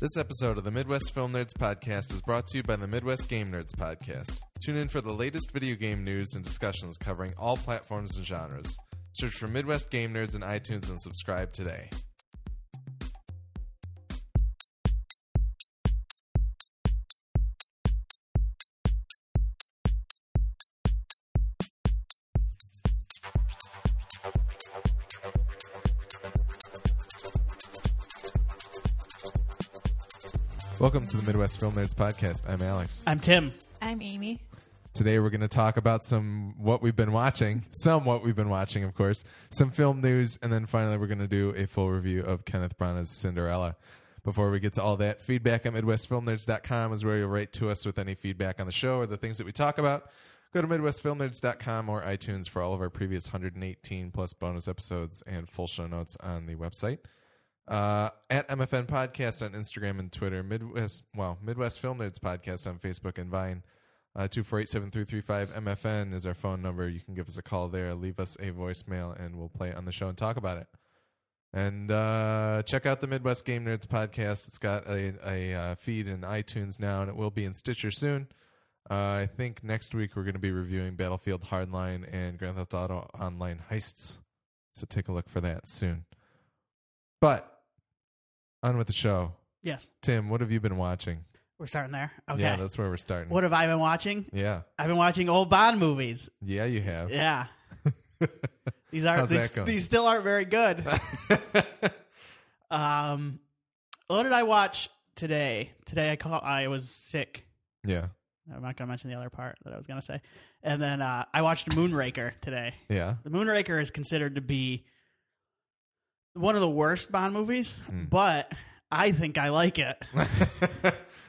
This episode of the Midwest Film Nerds Podcast is brought to you by the Midwest Game Nerds Podcast. Tune in for the latest video game news and discussions covering all platforms and genres. Search for Midwest Game Nerds in iTunes and subscribe today. Welcome to the Midwest Film Nerds Podcast. I'm Alex. I'm Tim. I'm Amy. Today we're going to talk about some what we've been watching, some what we've been watching, of course, some film news, and then finally we're going to do a full review of Kenneth Branagh's Cinderella. Before we get to all that, feedback at MidwestFilmNerds.com is where you'll write to us with any feedback on the show or the things that we talk about. Go to MidwestFilmNerds.com or iTunes for all of our previous 118 plus bonus episodes and full show notes on the website. Uh, at MFN Podcast on Instagram and Twitter, Midwest well Midwest Film Nerds Podcast on Facebook and Vine. Uh, 248-7335 MFN is our phone number. You can give us a call there, leave us a voicemail, and we'll play it on the show and talk about it. And uh, check out the Midwest Game Nerds podcast. It's got a, a uh, feed in iTunes now, and it will be in Stitcher soon. Uh, I think next week we're going to be reviewing Battlefield Hardline and Grand Theft Auto Online Heists. So take a look for that soon. But on with the show. Yes, Tim, what have you been watching? we're starting there. Okay. Yeah, that's where we're starting. what have I been watching? yeah. I've been watching old Bond movies. Yeah, you have. Yeah. these aren't How's that these, going? these still aren't very good. um what did I watch today? Today I call I was sick. yeah. I'm not gonna mention the other part that I was gonna say. And then uh, I watched Moonraker today. Yeah. The Moonraker is considered to be one of the worst Bond movies, Hmm. but I think I like it.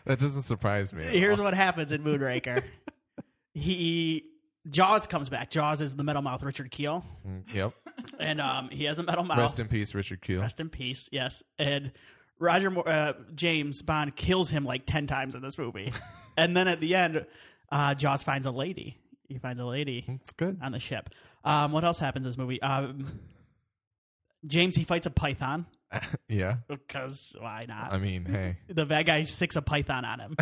that doesn't surprise me. at Here's all. what happens in Moonraker. he Jaws comes back. Jaws is the metal mouth Richard Keel, Mm, Yep. and um, he has a metal mouth. Rest in peace, Richard Keel. Rest in peace. Yes, and Roger Moore, uh, James Bond kills him like ten times in this movie, and then at the end, uh, Jaws finds a lady. He finds a lady it's good. on the ship. Um, what else happens in this movie? Um, James he fights a python yeah. because why not? I mean, hey. the bad guy sticks a python on him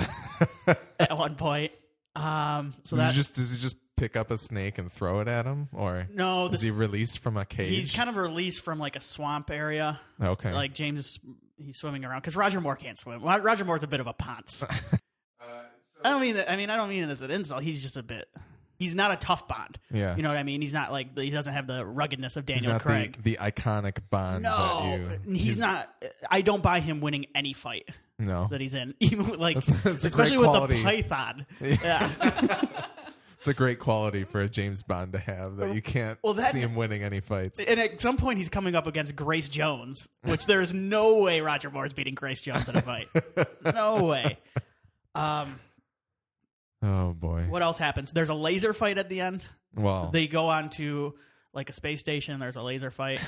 at one point. Um, so does, that he just, does he just pick up a snake and throw it at him? Or no, is this, he released from a cage? he's kind of released from like a swamp area. okay. Like James, is, he's swimming around because Roger Moore can't swim. Ro- Roger Moore's a bit of a Uh, ponce. I don't mean that. I mean, I don't mean it as an insult. He's just a bit. He's not a tough Bond. yeah. You know what I mean? He's not like he doesn't have the ruggedness of he's Daniel not Craig. the, the iconic Bond. that no, you- he's, not. I don't buy him winning any fight No. that he's in, even with, like That's- that's a especially great with quality. the Python. Yeah. It's a great quality for a James Bond to have that you can't Well, that- see him winning any fights. and at some point he's coming up against Grace Jones, which there is no way Roger Moore's beating Grace Jones in a fight. no way. Um, Oh, boy. what else happens? There's a laser fight at the end. Well, They go on to like a space station. There's a laser fight.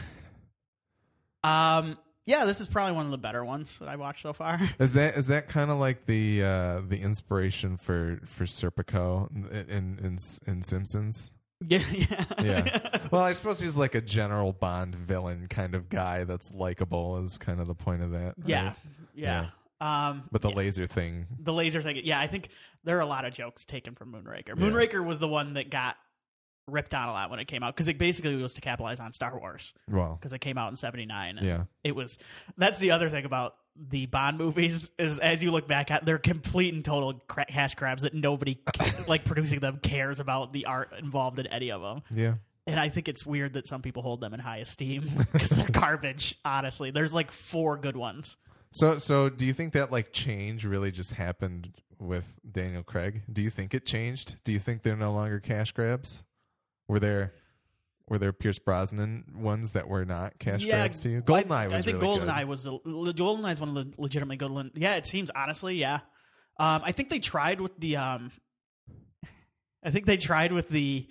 Um, yeah, this is probably one of the better ones that I've watched so far. Is that is that kind of like the uh, the inspiration for for Serpico in in, in Simpsons? yeah, yeah. Yeah. well, I suppose he's like a general Bond villain kind of guy that's likable is kind of the point of that. right? yeah, yeah. Um, But the laser thing, the laser thing. Yeah, I think there are a lot of jokes taken from Moonraker. Moonraker was the one that got ripped on a lot when it came out because it basically was to capitalize on Star Wars well, because it came out in 79 and yeah, it was that's the other thing about the Bond movies is as you look back at they're complete and total cra- hash grabs that nobody like producing them cares about the art involved in any of them. yeah. And I think it's weird that some people hold them in high esteem because they're garbage, honestly. There's like four good ones. So so do you think that like change really just happened with Daniel Craig? Do you think it changed? Do you think they're no longer cash grabs? Were there were there Pierce Brosnan ones that were not cash grabs to you? Goldeneye I, was I think really good. Goldeneye was the, le- Goldeneye is one of the legitimately good ones. Yeah, it seems honestly. Yeah, um, I think they tried with the. Um, I think they tried with the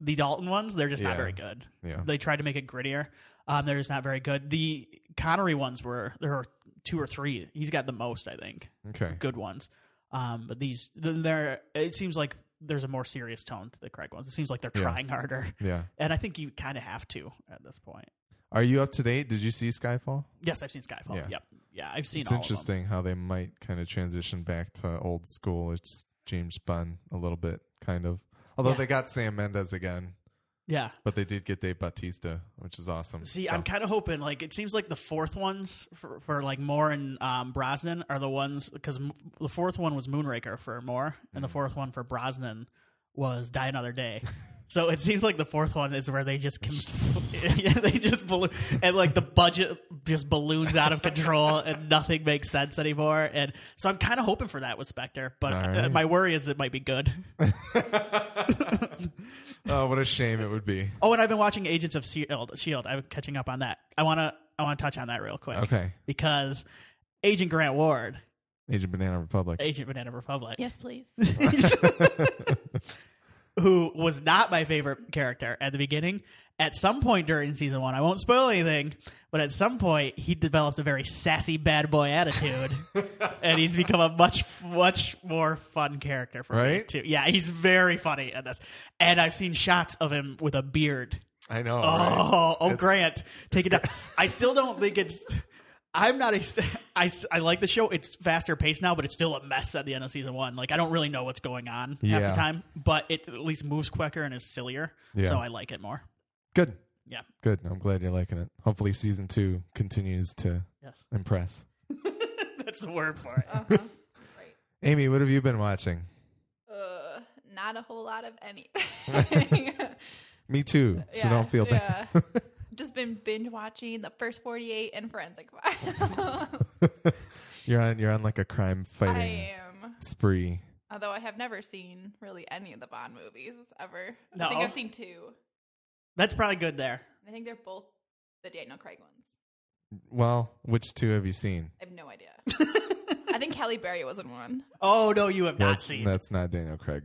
the Dalton ones. They're just Yeah. not very good. Yeah. They tried to make it grittier. Um, they're just not very good. The Connery ones were there are two or three. He's got the most, I think, Okay. good ones. Um, but these there it seems like there's a more serious tone to the Craig ones. It seems like they're Yeah. trying harder, Yeah. and I think you kind of have to at this point. Are you up to date? Did you see Skyfall? Yes, I've seen Skyfall. Yeah. Yep. yeah, I've seen It's all of interesting how they might kind of transition back to old school. It's James Bond a little bit, kind of. Although Yeah. they got Sam Mendes again, them. Yeah. but they did get Dave Bautista, which is awesome. See, So- I'm kind of hoping like it seems like the fourth ones for, for like Moore and um, Brosnan are the ones because m- the fourth one was Moonraker for Moore and the Mm. fourth one for Brosnan was Die Another Day. so it seems like the fourth one is where they just, con- yeah, they just balloon and like the budget just balloons out of control and nothing makes sense anymore. And so I'm kind of hoping for that with Spectre, but All uh, right. my worry is it might be good. oh, what a shame it would be. Oh, and I've been watching Agents of Shield. Shield. E I'm catching up on that. I wanna I wanna touch on that real quick. Okay, because Agent Grant Ward, Agent Banana Republic. Agent Banana Republic, Yes, please. who was not my favorite character at the beginning, at some point during season one, I won't spoil anything, but at some point he develops a very sassy bad boy attitude, and he's become a much much more fun character for me Right? too. Yeah, he's very funny at this, and I've seen shots of him with a beard. I know. right? Oh, oh, It's- Grant, take it down. I still don't think it's. I'm not. A, st- I s- I like the show. It's faster paced now, but it's still a mess at the end of season one. Like I don't really know what's going on half Yeah. the time, but it at least moves quicker and is sillier. Yeah. So I like it more. Good, Yeah. good. I'm glad you're liking it. Hopefully, season two continues to Yes. impress. That's the word for it. Uh-huh. Amy, what have you been watching? Uh, not a whole lot of anything. Me too. So Yeah, don't feel bad. yeah. Just been binge watching the first 48 and Forensic Files. You're on. You're on like a crime I fighting am. spree. Although I have never seen really any of the Bond movies ever. No. I think I've seen two. That's probably good there. I think they're both the Daniel Craig ones. Well, which two have you seen? I have no idea. I think Halle Berry was in one. Oh no, you have not that's seen. that's not Daniel Craig.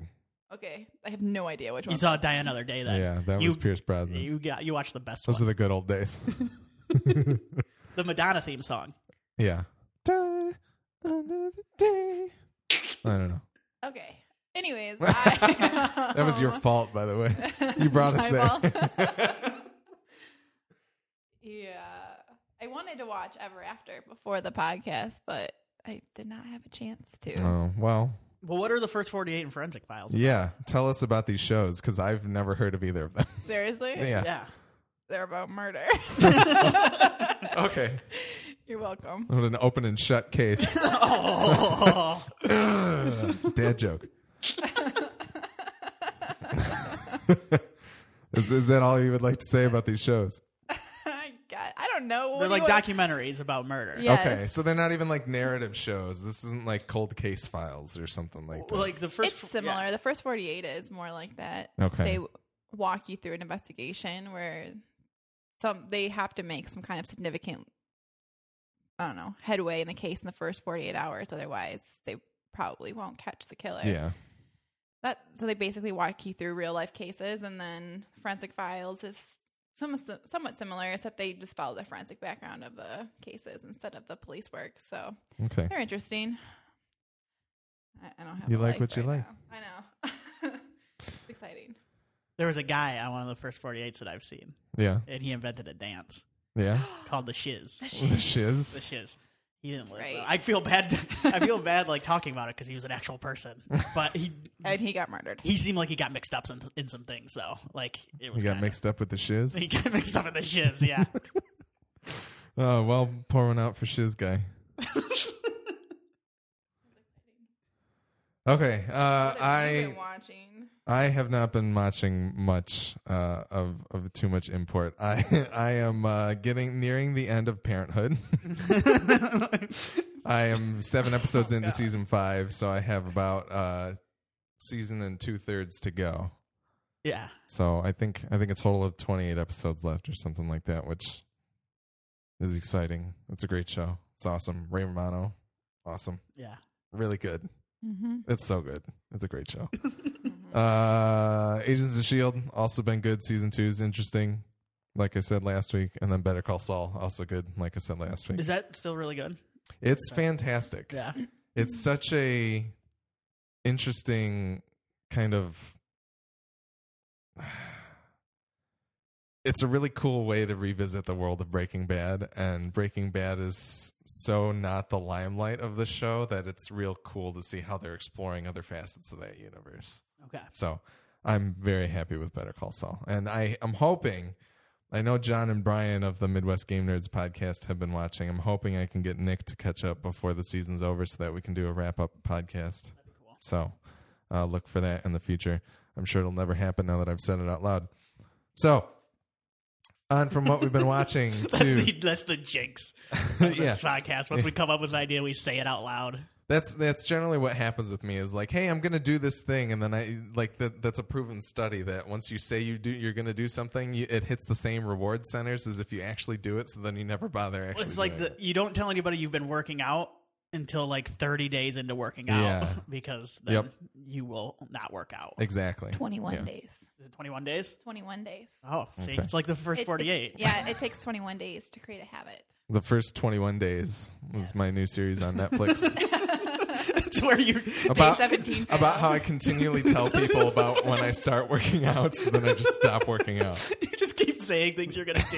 Okay. I have no idea which one. you saw Die Another Day then. yeah, that you- was Pierce Brosnan. You got you watched the best Those one, are the good old days. the Madonna theme song. yeah. Die another day. I don't know. Okay. Anyways, I, That was your fault, by the way. You brought us My there. fault. yeah. I wanted to watch Ever After before the podcast, but I did not have a chance to. Oh well. Well, what are the first forty-eight in Forensic Files? Yeah. Tell us about these shows because I've never heard of either of them. Seriously? yeah. yeah. They're about murder. Okay. You're welcome. What an open and shut case. Oh. Dad joke. is, is that all you would like to say about these shows? I got, I don't know. What They're do like you want- documentaries about murder. Yeah. Okay, Yes. so they're not even like narrative shows. This isn't like cold case files or something like that. Well, Like the first, It's similar. The first 48 is more like that. Okay. They w- walk you through an investigation where some they have to make some kind of significant I don't know, headway in the case in the first 48 hours otherwise they probably won't catch the killer. yeah. That so they basically walk you through real life cases and then forensic files is some, somewhat similar except they just follow the forensic background of the cases instead of the police work. So Okay. they're interesting. I, I don't have. You a like life what you like. right Now. I know. it's exciting. There was a guy on one of the first 48s that I've seen, Yeah. and he invented a dance Yeah. called the shiz. The The shiz. shiz. He didn't live. right. I feel bad. I feel bad like talking about it because he was an actual person, but he And he got murdered. he seemed like he got mixed up in, in some things though. Like it We was got kinda- mixed up with the shiz. He got mixed up in the shiz. Yeah. Oh well, pour one out for shiz guy. okay. Uh, What have you I been watching. I have not been watching much uh, of of too much import. I I am uh, getting nearing the end of Parenthood. I am seven episodes into season five, so I have about uh, season and two thirds to go. yeah. So I think I think a total of twenty eight episodes left or something like that, which is exciting. It's a great show. It's awesome. Ray Romano, awesome, Yeah. really good. Mm-hmm. It's so good. It's a great show. uh, Agents of Shield also been good. Season two is interesting, like I said last week, and then Better Call Saul also good, like I said last week. Is that still really good? It's fantastic Yeah. it's such a interesting kind of it's a really cool way to revisit the world of Breaking Bad, and Breaking Bad is so not the limelight of the show that it's real cool to see how they're exploring other facets of that universe. Okay. So I'm very happy with Better Call Saul. And I, I'm hoping, I know John and Brian of the Midwest Game Nerds podcast have been watching. I'm hoping I can get Nick to catch up before the season's over so that we can do a wrap up podcast. cool. So uh, look for that in the future. I'm sure it'll never happen now that I've said it out loud. So on from what we've been watching That's to the that's the jinx of this Yeah. podcast. Once we come up with an idea, we say it out loud. that's that's generally what happens with me is like hey i'm gonna do this thing and then i like that that's a proven study that once you say you do you're gonna do something you, it hits the same reward centers as if you actually do it so then you never bother actually It's like doing the, it. you don't tell anybody you've been working out until like 30 days into working out Yeah. because then Yep. you will not work out. exactly 21 Yeah. days. Is it 21 days? 21 days. Oh, see, Okay. it's like the It- first it- 48. yeah, it takes 21 days to create a habit. the first 21 days is my new series on netflix That's where you about Day 17. about how i continually tell people about when i start working out so then i just stop working out you just keep saying things you're going to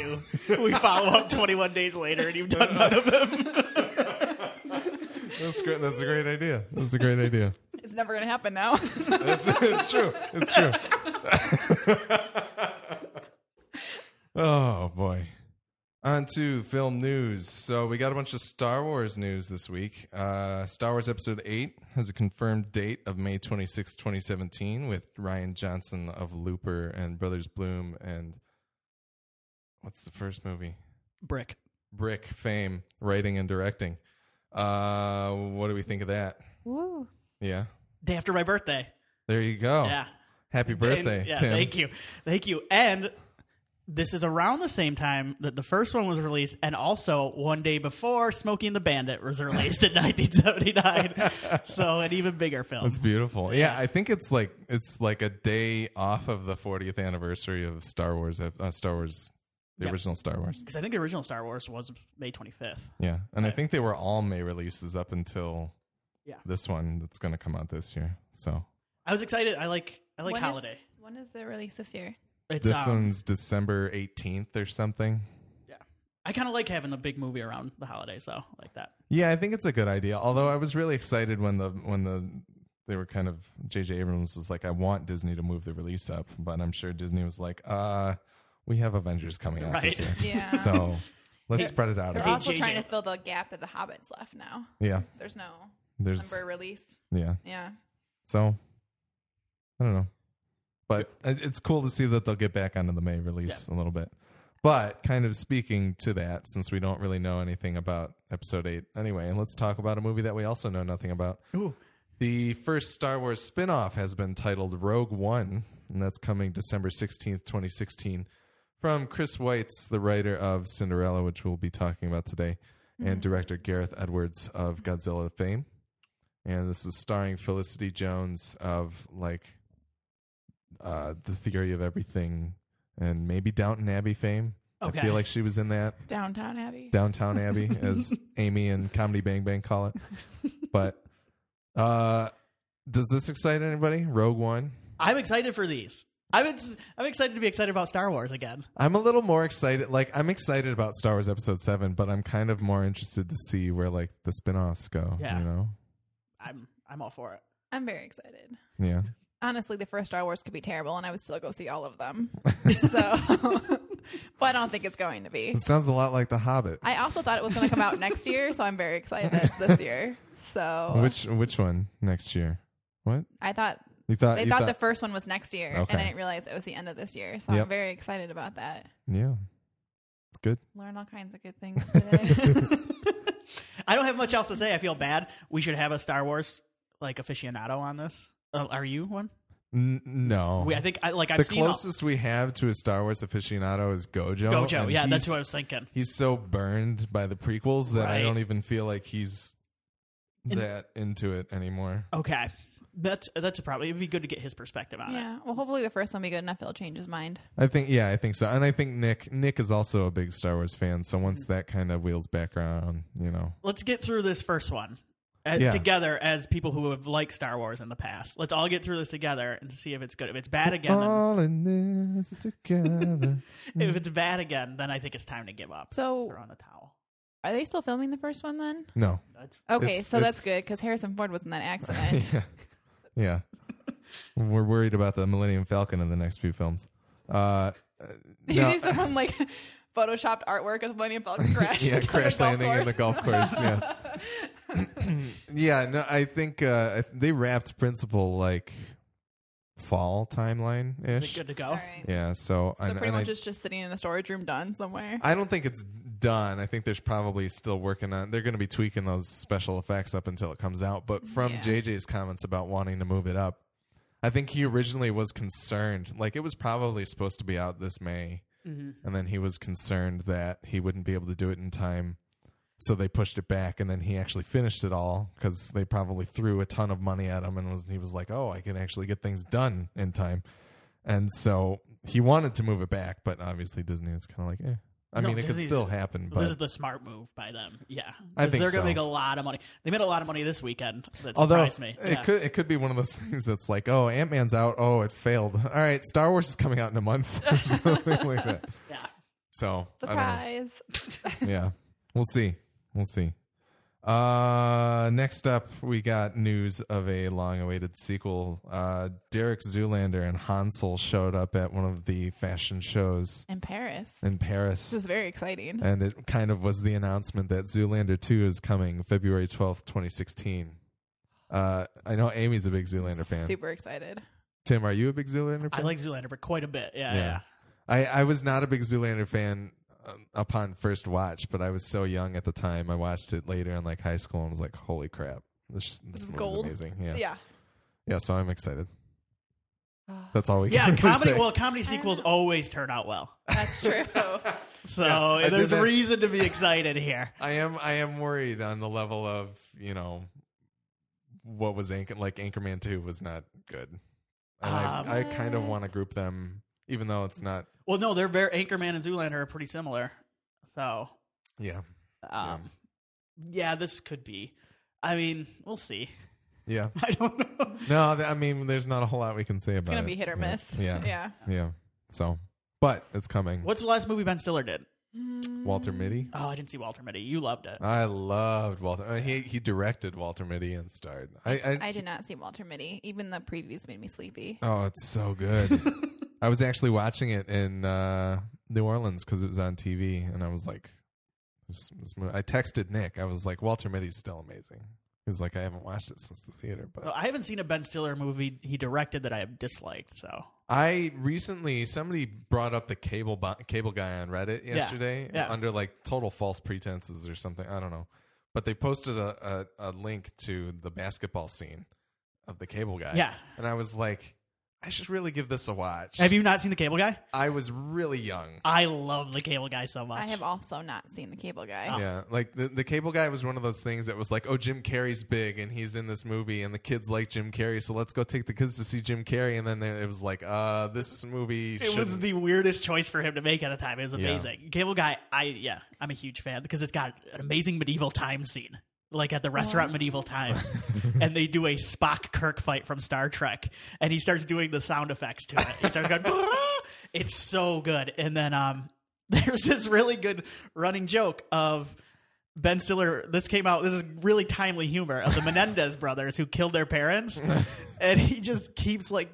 do. we follow up 21 days later and you've done none of them. that's great that's a great idea that's a great idea It's never going to happen now. It's, it's true. It's true. oh boy. On to film news. So we got a bunch of Star Wars news this week. Uh, Star Wars Episode Eight has a confirmed date of May twenty sixth, 2017, with Ryan Johnson of Looper and Brothers Bloom and what's the first movie? Brick. Brick fame, writing and directing. Uh, what do we think of that? Woo. Yeah, Day after my birthday. there you go. Yeah. Happy birthday, And- yeah, Tim. Thank you. Thank you. And this is around the same time that the first one was released, and also one day before Smoking the Bandit was released in 1979. so an even bigger film. It's beautiful. Yeah. I think it's like it's like a day off of the 40th anniversary of Star Wars, uh, Star Wars, the Yeah. original Star Wars. Because I think the original Star Wars was May 25th. Yeah, and I Right. think they were all May releases up until Yeah. this one that's going to come out this year. So I was excited. I like I like When is- holiday. when is the release this year? It's this um, one's December 18th or something. I kind of like having the big movie around the holidays though, like that. Yeah, I think it's a good idea. Although I was really excited when the when the they were kind of JJ Abrams was like I want Disney to move the release up, but I'm sure Disney was like, "Uh, we have Avengers coming out this Right. year." Yeah. So, let's spread it out. They're A Hey, bit. also JJ. trying to fill the gap that the Hobbits left now. Yeah. There's no There's number release. yeah. Yeah. So I don't know, but it- it's cool to see that they'll get back onto the May release a little bit. But kind of speaking to that, since we don't really know anything about episode eight anyway, and let's talk about a movie that we also know nothing about. Ooh. The first Star Wars spin off has been titled Rogue One, and that's coming December 16th, 2016, from Chris Weitz, the writer of Cinderella, which we'll be talking about today, and director Gareth Edwards of Godzilla fame. And this is starring Felicity Jones of, like, uh, The Theory of Everything and maybe Downton Abbey fame. Okay. I feel like she was in that. Downtown Abbey. Downtown Abbey, as Amy and Comedy Bang Bang call it. But uh, does this excite anybody? Rogue One. I'm excited for these. I'm ex- I'm excited to be excited about Star Wars again. I'm a little more excited. Like I'm excited about Star Wars Episode Seven, but I'm kind of more interested to see where like the spin-offs go. Yeah. You know. I'm I'm all for it. I'm very excited. Yeah. Honestly, the first Star Wars could be terrible, and I would still go see all of them. so, but I don't think it's going to be. It sounds a lot like The Hobbit. I also thought it was going to come out next year, so I'm very excited that it's this year. So which which one next year? What I thought you thought? they you thought, the first one was next year, Okay. and I didn't realize it was the end of this year. So Yep. I'm very excited about that. yeah. It's good. Learn all kinds of good things today. I don't have much else to say. I feel bad. We should have a Star Wars like aficionado on this. Uh, are you one? N- no. We, I think I like I've Oh. the seen all- closest we have to a Star Wars aficionado is Gojo. Gojo. and Yeah, that's he's- what I was thinking. he's so burned by the prequels that I Right. don't even feel like he's that into it anymore. Okay, that's that's a problem. It'd be good to get his perspective on it. yeah. Well, hopefully the first one will be good enough. He'll change his mind. I think yeah, I think so. And I think Nick Nick is also a big Star Wars fan, so once that kind of wheels back around, you know. Let's get through this first one, as, Yeah. together as people who have liked Star Wars in the past. Let's all get through this together and see if it's good. If it's bad again, then, All in this together. if it's bad again, then I think it's time to give up. So Throw in the towel. are they still filming the first one then? no. That's- Okay, It's- so that's it's- good because Harrison Ford was in that accident. yeah. yeah. We're worried about the Millennium Falcon in the next few films. Uh, Did you No. see someone like photoshopped artwork of Millennium Falcon crash? yeah, crash landing in the golf course. Yeah. course. Yeah, no, I think uh, I th- they wrapped Principal like fall timeline Is it ish. good to go? All right. Yeah, so, So and, pretty and I, much it's just sitting in a storage room done somewhere. I don't think it's done. I think there's probably still working on. They're going to be tweaking those special effects up until it comes out. But from Yeah. JJ's comments about wanting to move it up, I think he originally was concerned. Like it was probably supposed to be out this May, hmm and then he was concerned that he wouldn't be able to do it in time. So they pushed it back, and then he actually finished it all because they probably threw a ton of money at him, and was, he was like, "Oh, I can actually get things done in time." And so he wanted to move it back, but obviously Disney was kind of like, "Eh." I No, mean, it could Disney's- still happen, this is but the smart move by them. Yeah, I 'Cause think they're so. gonna make a lot of money. They made a lot of money this weekend. That although surprised me. Yeah. it could it could be one of those things that's like, "Oh, Ant Man's out. Oh, it failed. All right, Star Wars is coming out in a month or something like that." yeah. So I don't know. Surprise. yeah. We'll see. We'll see. Uh next up we got news of a long awaited sequel. Uh Derek Zoolander and Hansel showed up at one of the fashion shows in Paris. in This Paris. is very exciting. And it kind of was the announcement that Zoolander 2 is coming February 12th, 2016. Uh I know Amy's a big Zoolander fan. Super excited. Tim, are you a big Zoolander fan? I like Zoolander, but quite a bit. Yeah, Yeah. yeah. I, I was not a big Zoolander fan um, upon first watch, but I was so young at the time. I watched it later in like high school and was like, "Holy crap, this this This is movie's gold." amazing!" Yeah. yeah, Yeah. So I'm excited. That's all we. Yeah, can really comedy. say. Well, comedy don't sequels know. always turn out well, That's true. so I did there's that. reason to be excited here. I am I am worried on the level of you know what was Anchor like Anchorman Two was not good, and Ah, Um, I, I kind of want to group them, even though it's not. Well, no, they're very Anchorman and Zoolander are pretty similar. So, Yeah, um, yeah. this could be. I mean, we'll see. yeah. I don't know. No, th- I mean, there's not a whole lot we can say It's about it. gonna be hit or Yeah. miss. Yeah. Yeah. Yeah. So, but it's coming. What's the last movie Ben Stiller did? Walter Mitty. Oh, I didn't see Walter Mitty. You loved it. I loved Walter. I mean, he he directed Walter Mitty and starred. I, I, I did not see Walter Mitty. Even the previews made me sleepy. Oh, it's so good. I was actually watching it in uh, New Orleans because it was on TV, and I was like, this, this movie. I texted Nick. I was like, Walter Mitty's still amazing. He's like, I haven't watched it since the theater, but Oh, I haven't seen a Ben Stiller movie he directed that I have disliked. So, I recently somebody brought up the cable bo- cable guy on Reddit yesterday yeah. under like total false pretenses or something. I don't know, but they posted a, a, a link to the basketball scene of the cable guy. yeah. and I was like, I should really give this a watch. Have you not seen The Cable Guy? I was really young. I love The Cable Guy so much. I have also not seen the cable guy. Yeah, like the, the cable guy was one of those things that was like, oh, Jim Carrey's big and he's in this movie and the kids like Jim Carrey, so let's go take the kids to see Jim Carrey. And then there, it was like, uh, this movie. It was shouldn't- the weirdest choice for him to make at the time. It was Yeah. amazing. Cable Guy, I yeah, I'm a huge fan because it's got an amazing medieval times scene. Like at the restaurant medieval times, and they do a Spock Kirk fight from Star Trek, and he starts doing the sound effects to it. He starts going, "Brrrr." it's so good. And then um, there's this really good running joke of Ben Stiller. This came out. This is really timely humor of the Menendez brothers who killed their parents, and he just keeps like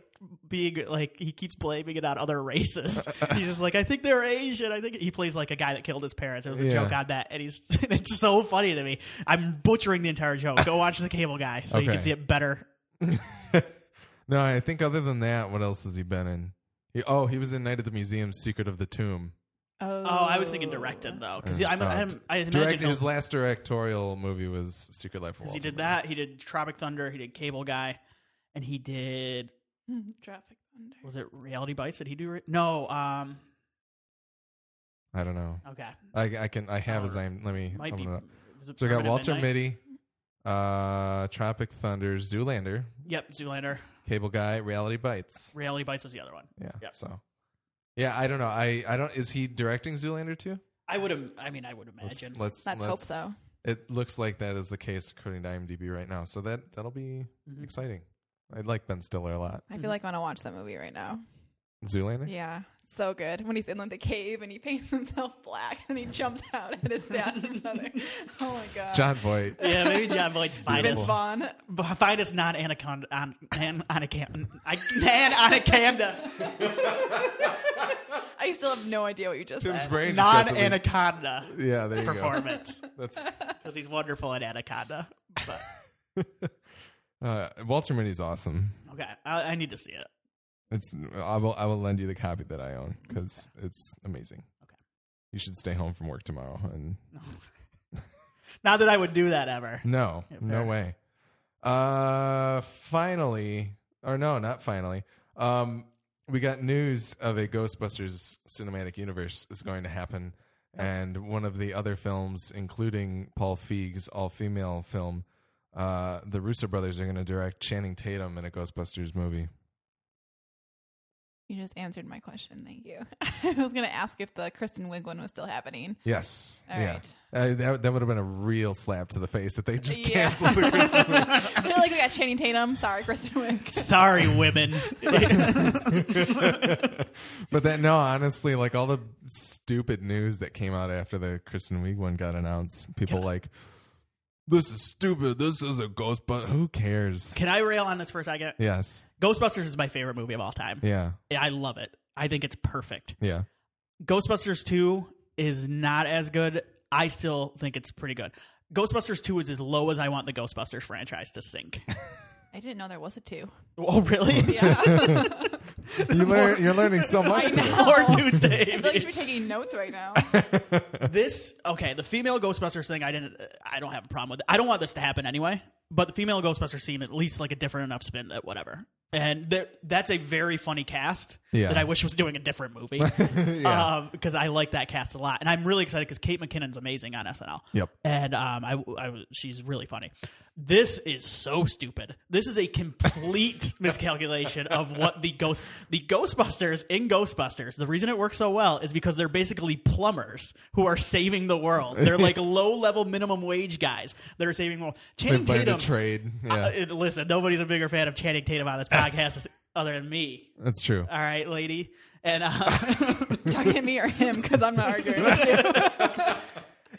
being like he keeps blaming it on other races. He's just like, I think they're Asian. I think he plays like a guy that killed his parents. It was a Yeah. joke on that, and he's it's so funny to me. I'm butchering the entire joke. Go watch the Cable Guy so you Okay. can see it better. No, I think other than that, what else has he been in? He, oh, he was in Night at the Museum, Secret of the Tomb. Oh, I was thinking directed though, because I'm, Uh, I'm, I imagine Direct, he'll- his last directorial movie was Secret Life of 'cause Walter. he did Mitty. that. He did Tropic Thunder. He did Cable Guy, and he did Mm, Tropic Thunder. was it Reality Bites? Did he do? Re- no. Um. I don't know. Okay. I, I can. I have his Or name. Let me. Might I'm be. gonna- was it so we got Permanent Walter Midnight? Mitty, uh, Tropic Thunder, Zoolander, Yep. Zoolander. Cable Guy, Reality Bites. Reality Bites was the other one. Yeah. Yeah. So. Yeah, I don't know. I, I don't. Is he directing Zoolander too? I would. im- I mean, I would imagine. Let's let's, Let's hope so. It looks like that is the case according to IMDb right now. So that that'll be Mhm. exciting. I like Ben Stiller a lot. I feel like I want to watch that movie right now. Zoolander. Yeah, so good. When he's in like the cave and he paints himself black and he jumps out at his dad and brother. Oh my god. John Voight. Yeah, maybe John Voight's Vince finest. Vaughn. B- Finest not anaconda. An, an, anaconda. I, an anaconda. I still have no idea what you just Tim's said. brain. just got Non to the- anaconda Yeah, there you performance. go. That's Because he's wonderful at anaconda. But uh, Walter Mitty's awesome. okay, I, I need to see it. It's I will I will lend you the copy that I own because it's amazing. Okay. You should stay home from work tomorrow and Not that I would do that ever. No, Yeah, no fair. way. Uh, finally, or no, not finally. Um, we got news of a Ghostbusters cinematic universe is going to happen, Oh. and one of the other films, including Paul Feig's all-female film, uh, the Russo brothers are going to direct Channing Tatum in a Ghostbusters movie. You just answered my question. Thank you. I was going to ask if the Kristen Wiig one was still happening. Yes, All yeah, right. uh, that that would have been a real slap to the face if they just Yeah. canceled the Christmas. movie. I feel like we got Channing Tatum. Sorry, Kristen Wiig. Sorry, women. but that no, honestly, like all the stupid news that came out after the Kristen Wiig one got announced, people like, "This is stupid. This is a ghost." But who cares? Can I rail on this for a second? Yes. Ghostbusters is my favorite movie of all time. Yeah. I love it. I think it's perfect. Yeah. Ghostbusters 2 is not as good. I still think it's pretty good. Ghostbusters 2 is as low as I want the Ghostbusters franchise to sink. I didn't know there was a two. oh, really? Yeah. I You learn. You're learning so much. today. know. More I news, feel like you Dave. should be taking notes right now. This okay, the female Ghostbusters thing I didn't I don't have a problem with. I don't want this to happen anyway, but the female Ghostbusters seemed at least like a different enough spin that whatever. And there, that's a very funny cast Yeah. that I wish was doing a different movie. yeah. because I like that cast a lot, and I'm really excited because Kate McKinnon's amazing on SNL. Yep. and um, I, I- she's really funny. This is so stupid. This is a complete miscalculation of what the ghost, the Ghostbusters in Ghostbusters. The reason it works so well is because they're basically plumbers who are saving the world. They're like low level minimum wage guys that are saving the world. Channing They've learned Tatum. a trade. Yeah, uh, it- listen, nobody's a bigger fan of Channing Tatum on this podcast other than me. that's true. All right, lady. And uh, Talking to me or him because I'm not arguing. with you.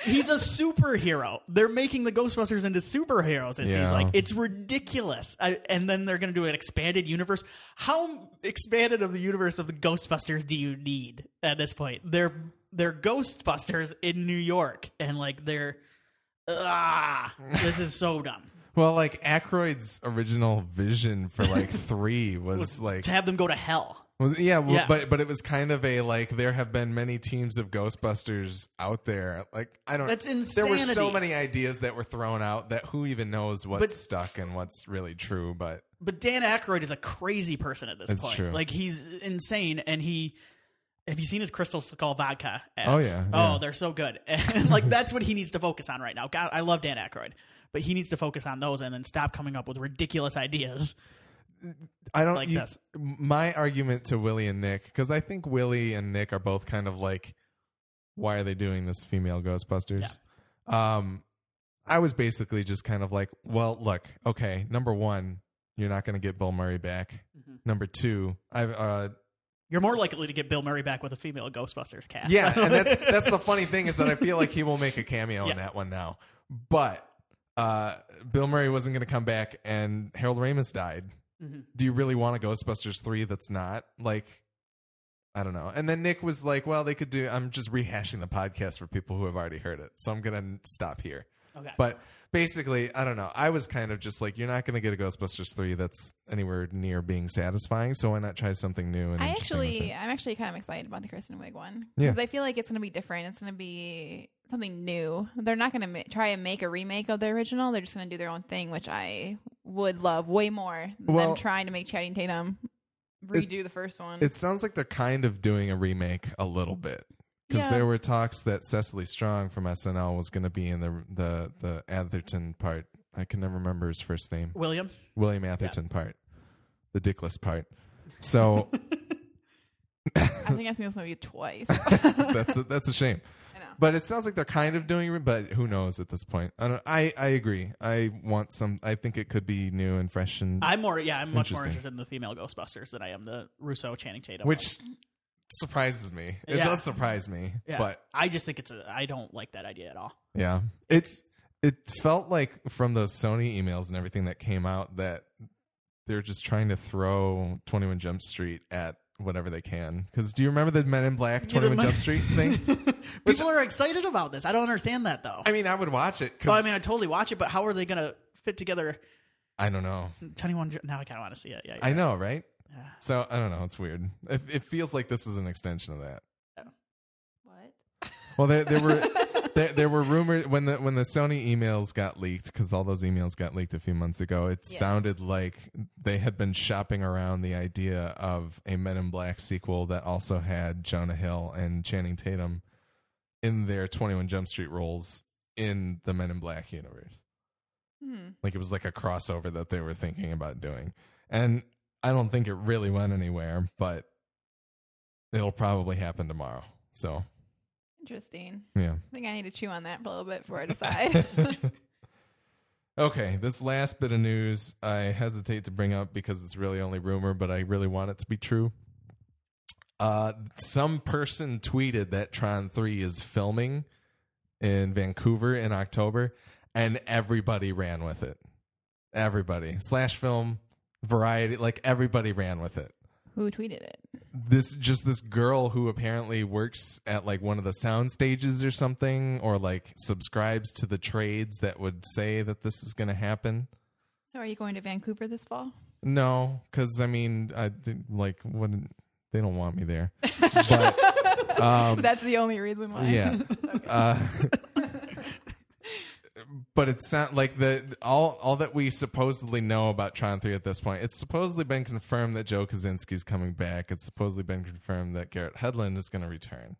He's a superhero. They're making the Ghostbusters into superheroes. It Yeah. seems like it's ridiculous. I, and then they're going to do an expanded universe. How expanded of the universe of the Ghostbusters do you need at this point? They're they're Ghostbusters in New York, and like they're ah, this is so dumb. Well, like Aykroyd's original vision for like three was like To have them go to hell. Was, yeah, well, Yeah. but but it was kind of a like there have been many teams of Ghostbusters out there. Like I don't, That's There were so insanity. many ideas that were thrown out that who even knows what's But- stuck and what's really true. But But Dan Aykroyd is a crazy person at this That's point. true. Like he's insane, and he. Have you seen his Crystal Skull vodka? ads? Oh, yeah, yeah. Oh, they're so good. And like that's what he needs to focus on right now. God, I love Dan Aykroyd, but he needs to focus on those and then stop coming up with ridiculous ideas. I don't. Like you- this. My argument to Willie and Nick because I think Willie and Nick are both kind of like, why are they doing this female Ghostbusters? Um, I was basically just kind of like, well, look, okay, number one, you're not going to get Bill Murray back. Mm-hmm. Number two, I've uh. You're more likely to get Bill Murray back with a female Ghostbusters cast. Yeah, and that's that's the funny thing is that I feel like he will make a cameo in Yeah. that one now. But uh, Bill Murray wasn't going to come back, and Harold Ramis died. Mhm. Do you really want a Ghostbusters three that's not like? I don't know. And then Nick was like, "Well, they could do." I'm just rehashing the podcast for people who have already heard it, so I'm gonna stop here. okay. But basically, I don't know. I was kind of just like, "You're not gonna get a Ghostbusters three that's anywhere near being satisfying, so why not try something new?" And I interesting with actually, it? I'm actually kind of excited about the Kristen Wiig one Yeah. because I feel like it's going to be different. It's going to be something new. They're not going to ma- try and make a remake of the original. They're just going to do their own thing, which I would love way more Well- than trying to make Channing Tatum redo the first one. It sounds like they're kind of doing a remake a little bit because Yeah. there were talks that Cecily Strong from SNL was going to be in the the the Atherton part. I can never remember his first name. William, William Atherton part, the dickless part. So I think I've seen this movie twice. that's a, that's a shame. I know. But it sounds like they're kind of doing, it, but who knows at this point? I don't. I I agree. I want some. I think it could be new and fresh and I'm more yeah, I'm much more Interesting. interested in the female Ghostbusters than I am the Russo Channing Tatum. one. which surprises me. It Yeah. does surprise me. Yeah. But I just think it's a I don't like that idea at all. yeah, it's it felt like from those Sony emails and everything that came out that they're just trying to throw Twenty One Jump Street at whatever they can. Because do you remember the Men in Black Twenty One Either Jump Street thing? People Which- are excited about this. I don't understand that though. I mean, I would watch it. 'cause well, I mean, I totally watch it, but how are they going to fit together I don't know. 21 ju- now I kind of want to see it. Yeah. yeah. I know, right? Yeah. So I don't know. It's weird. It, it feels like this is an extension of that. Well, there, there were What? there, there were rumors when the when the Sony emails got leaked because all those emails got leaked a few months ago. It Yeah. sounded like they had been shopping around the idea of a Men in Black sequel that also had Jonah Hill and Channing Tatum in their Twenty One Jump Street roles in the Men in Black universe. Hmm. Like it was like a crossover that they were thinking about doing. And I don't think it really went anywhere, but it'll probably happen tomorrow. So, Interesting. yeah. I think I need to chew on that for a little bit before I decide. okay, this last bit of news I hesitate to bring up because it's really only rumor, but I really want it to be true. Uh, some person tweeted that Tron 3 is filming in Vancouver in October, and everybody ran with it. Everybody. Slash film, variety, like everybody ran with it Who tweeted it? this just this girl who apparently works at like one of the sound stages or something or like subscribes to the trades that would say that this is going to happen So, are you going to Vancouver this fall? no because i mean i think, like wouldn't they don't want me there but um, That's the only reason why. yeah. Uh, but it's not like the all all that we supposedly know about Tron Three at this point. It's supposedly been confirmed that Joe Kaczynski's coming back. It's supposedly been confirmed that Garrett Hedlund is going to return.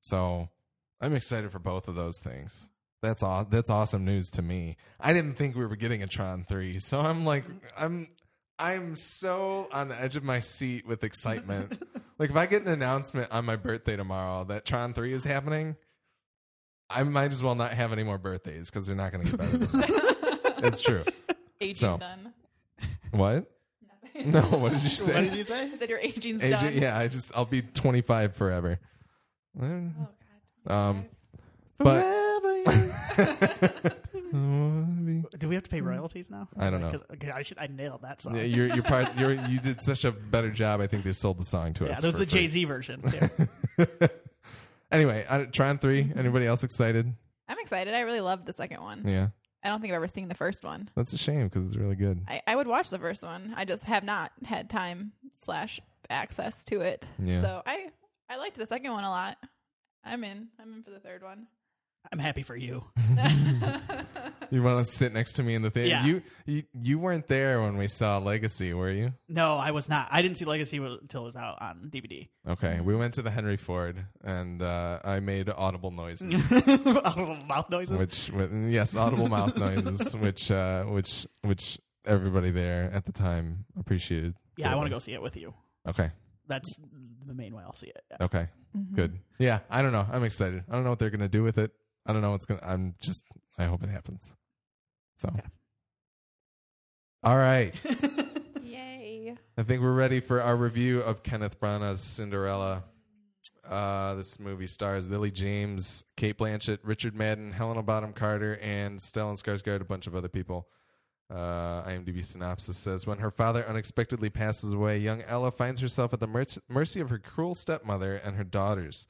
So I'm excited for both of those things. That's aw- that's awesome news to me. I didn't think we were getting a Tron 3. So I'm like I'm I'm so on the edge of my seat with excitement. like if I get an announcement on my birthday tomorrow that Tron 3 is happening, I might as well not have any more birthdays cuz they're not going to get better. than that. it's true. Aging's So. done. What? Nothing. No, what did you say? What did you say? I said your aging's Agent- done. yeah, I just I'll be 25 forever. Eh, Oh, God. Um but Forever I you- Do we have to pay royalties now? Mm. don't know. Okay, I should I nailed that song. Yeah, Yeah, you're, you're part, you're, you did such a better job. I think they sold the song to us. that was for the free. Jay Z version. too. anyway, I, Tron 3. Anybody else excited? I'm excited. I really loved the second one. Yeah. I don't think I've ever seen the first one. That's a shame because it's really good. I, I would watch the first one. I just have not had time slash access to it. Yeah. So I I liked the second one a lot. I'm in. I'm in for the third one. I'm happy for you. You want to sit next to me in the theater? Yeah. You, you you weren't there when we saw Legacy, were you? No, I was not. I didn't see Legacy wa- until it was out on DVD. Okay. We went to the Henry Ford and uh, I made audible noises. Mm. Mouth noises. which wi- yes, audible mouth noises, which uh, which which everybody there at the time appreciated. yeah, I want to go see it with you. Okay, That's the main way I'll see it. Yeah. okay, Mm-hmm. good. Yeah, I don't know. I'm excited. I don't know what they're gonna do with it. I don't know what's gonna. I'm just. I hope it happens. So, Yeah. all right. Yay. I think we're ready for our review of Kenneth Branagh's Cinderella. Uh, this movie stars Lily James, Kate Blanchett, Richard Madden, Helena Bottom Carter, and Stellan Skarsgård, a bunch of other people. Uh, IMDb synopsis says When her father unexpectedly passes away, young Ella finds herself at the merc- mercy of her cruel stepmother and her daughters.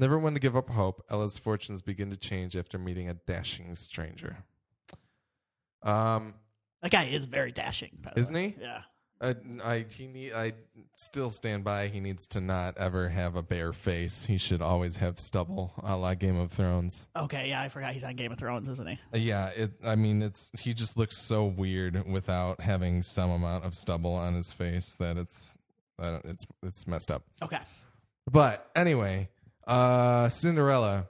Never one to give up hope, Ella's fortunes begin to change after meeting a dashing stranger. Um, That guy is very dashing, by the Isn't way. he? Yeah. I, I he need I still stand by. He needs to not ever have a bare face. He should always have stubble, a la Game of Thrones. Okay. Yeah, I forgot he's on Game of Thrones, isn't he? Uh, Yeah, it. I mean, it's he just looks so weird without having some amount of stubble on his face that it's I don't, it's it's messed up. Okay. But anyway, uh Cinderella.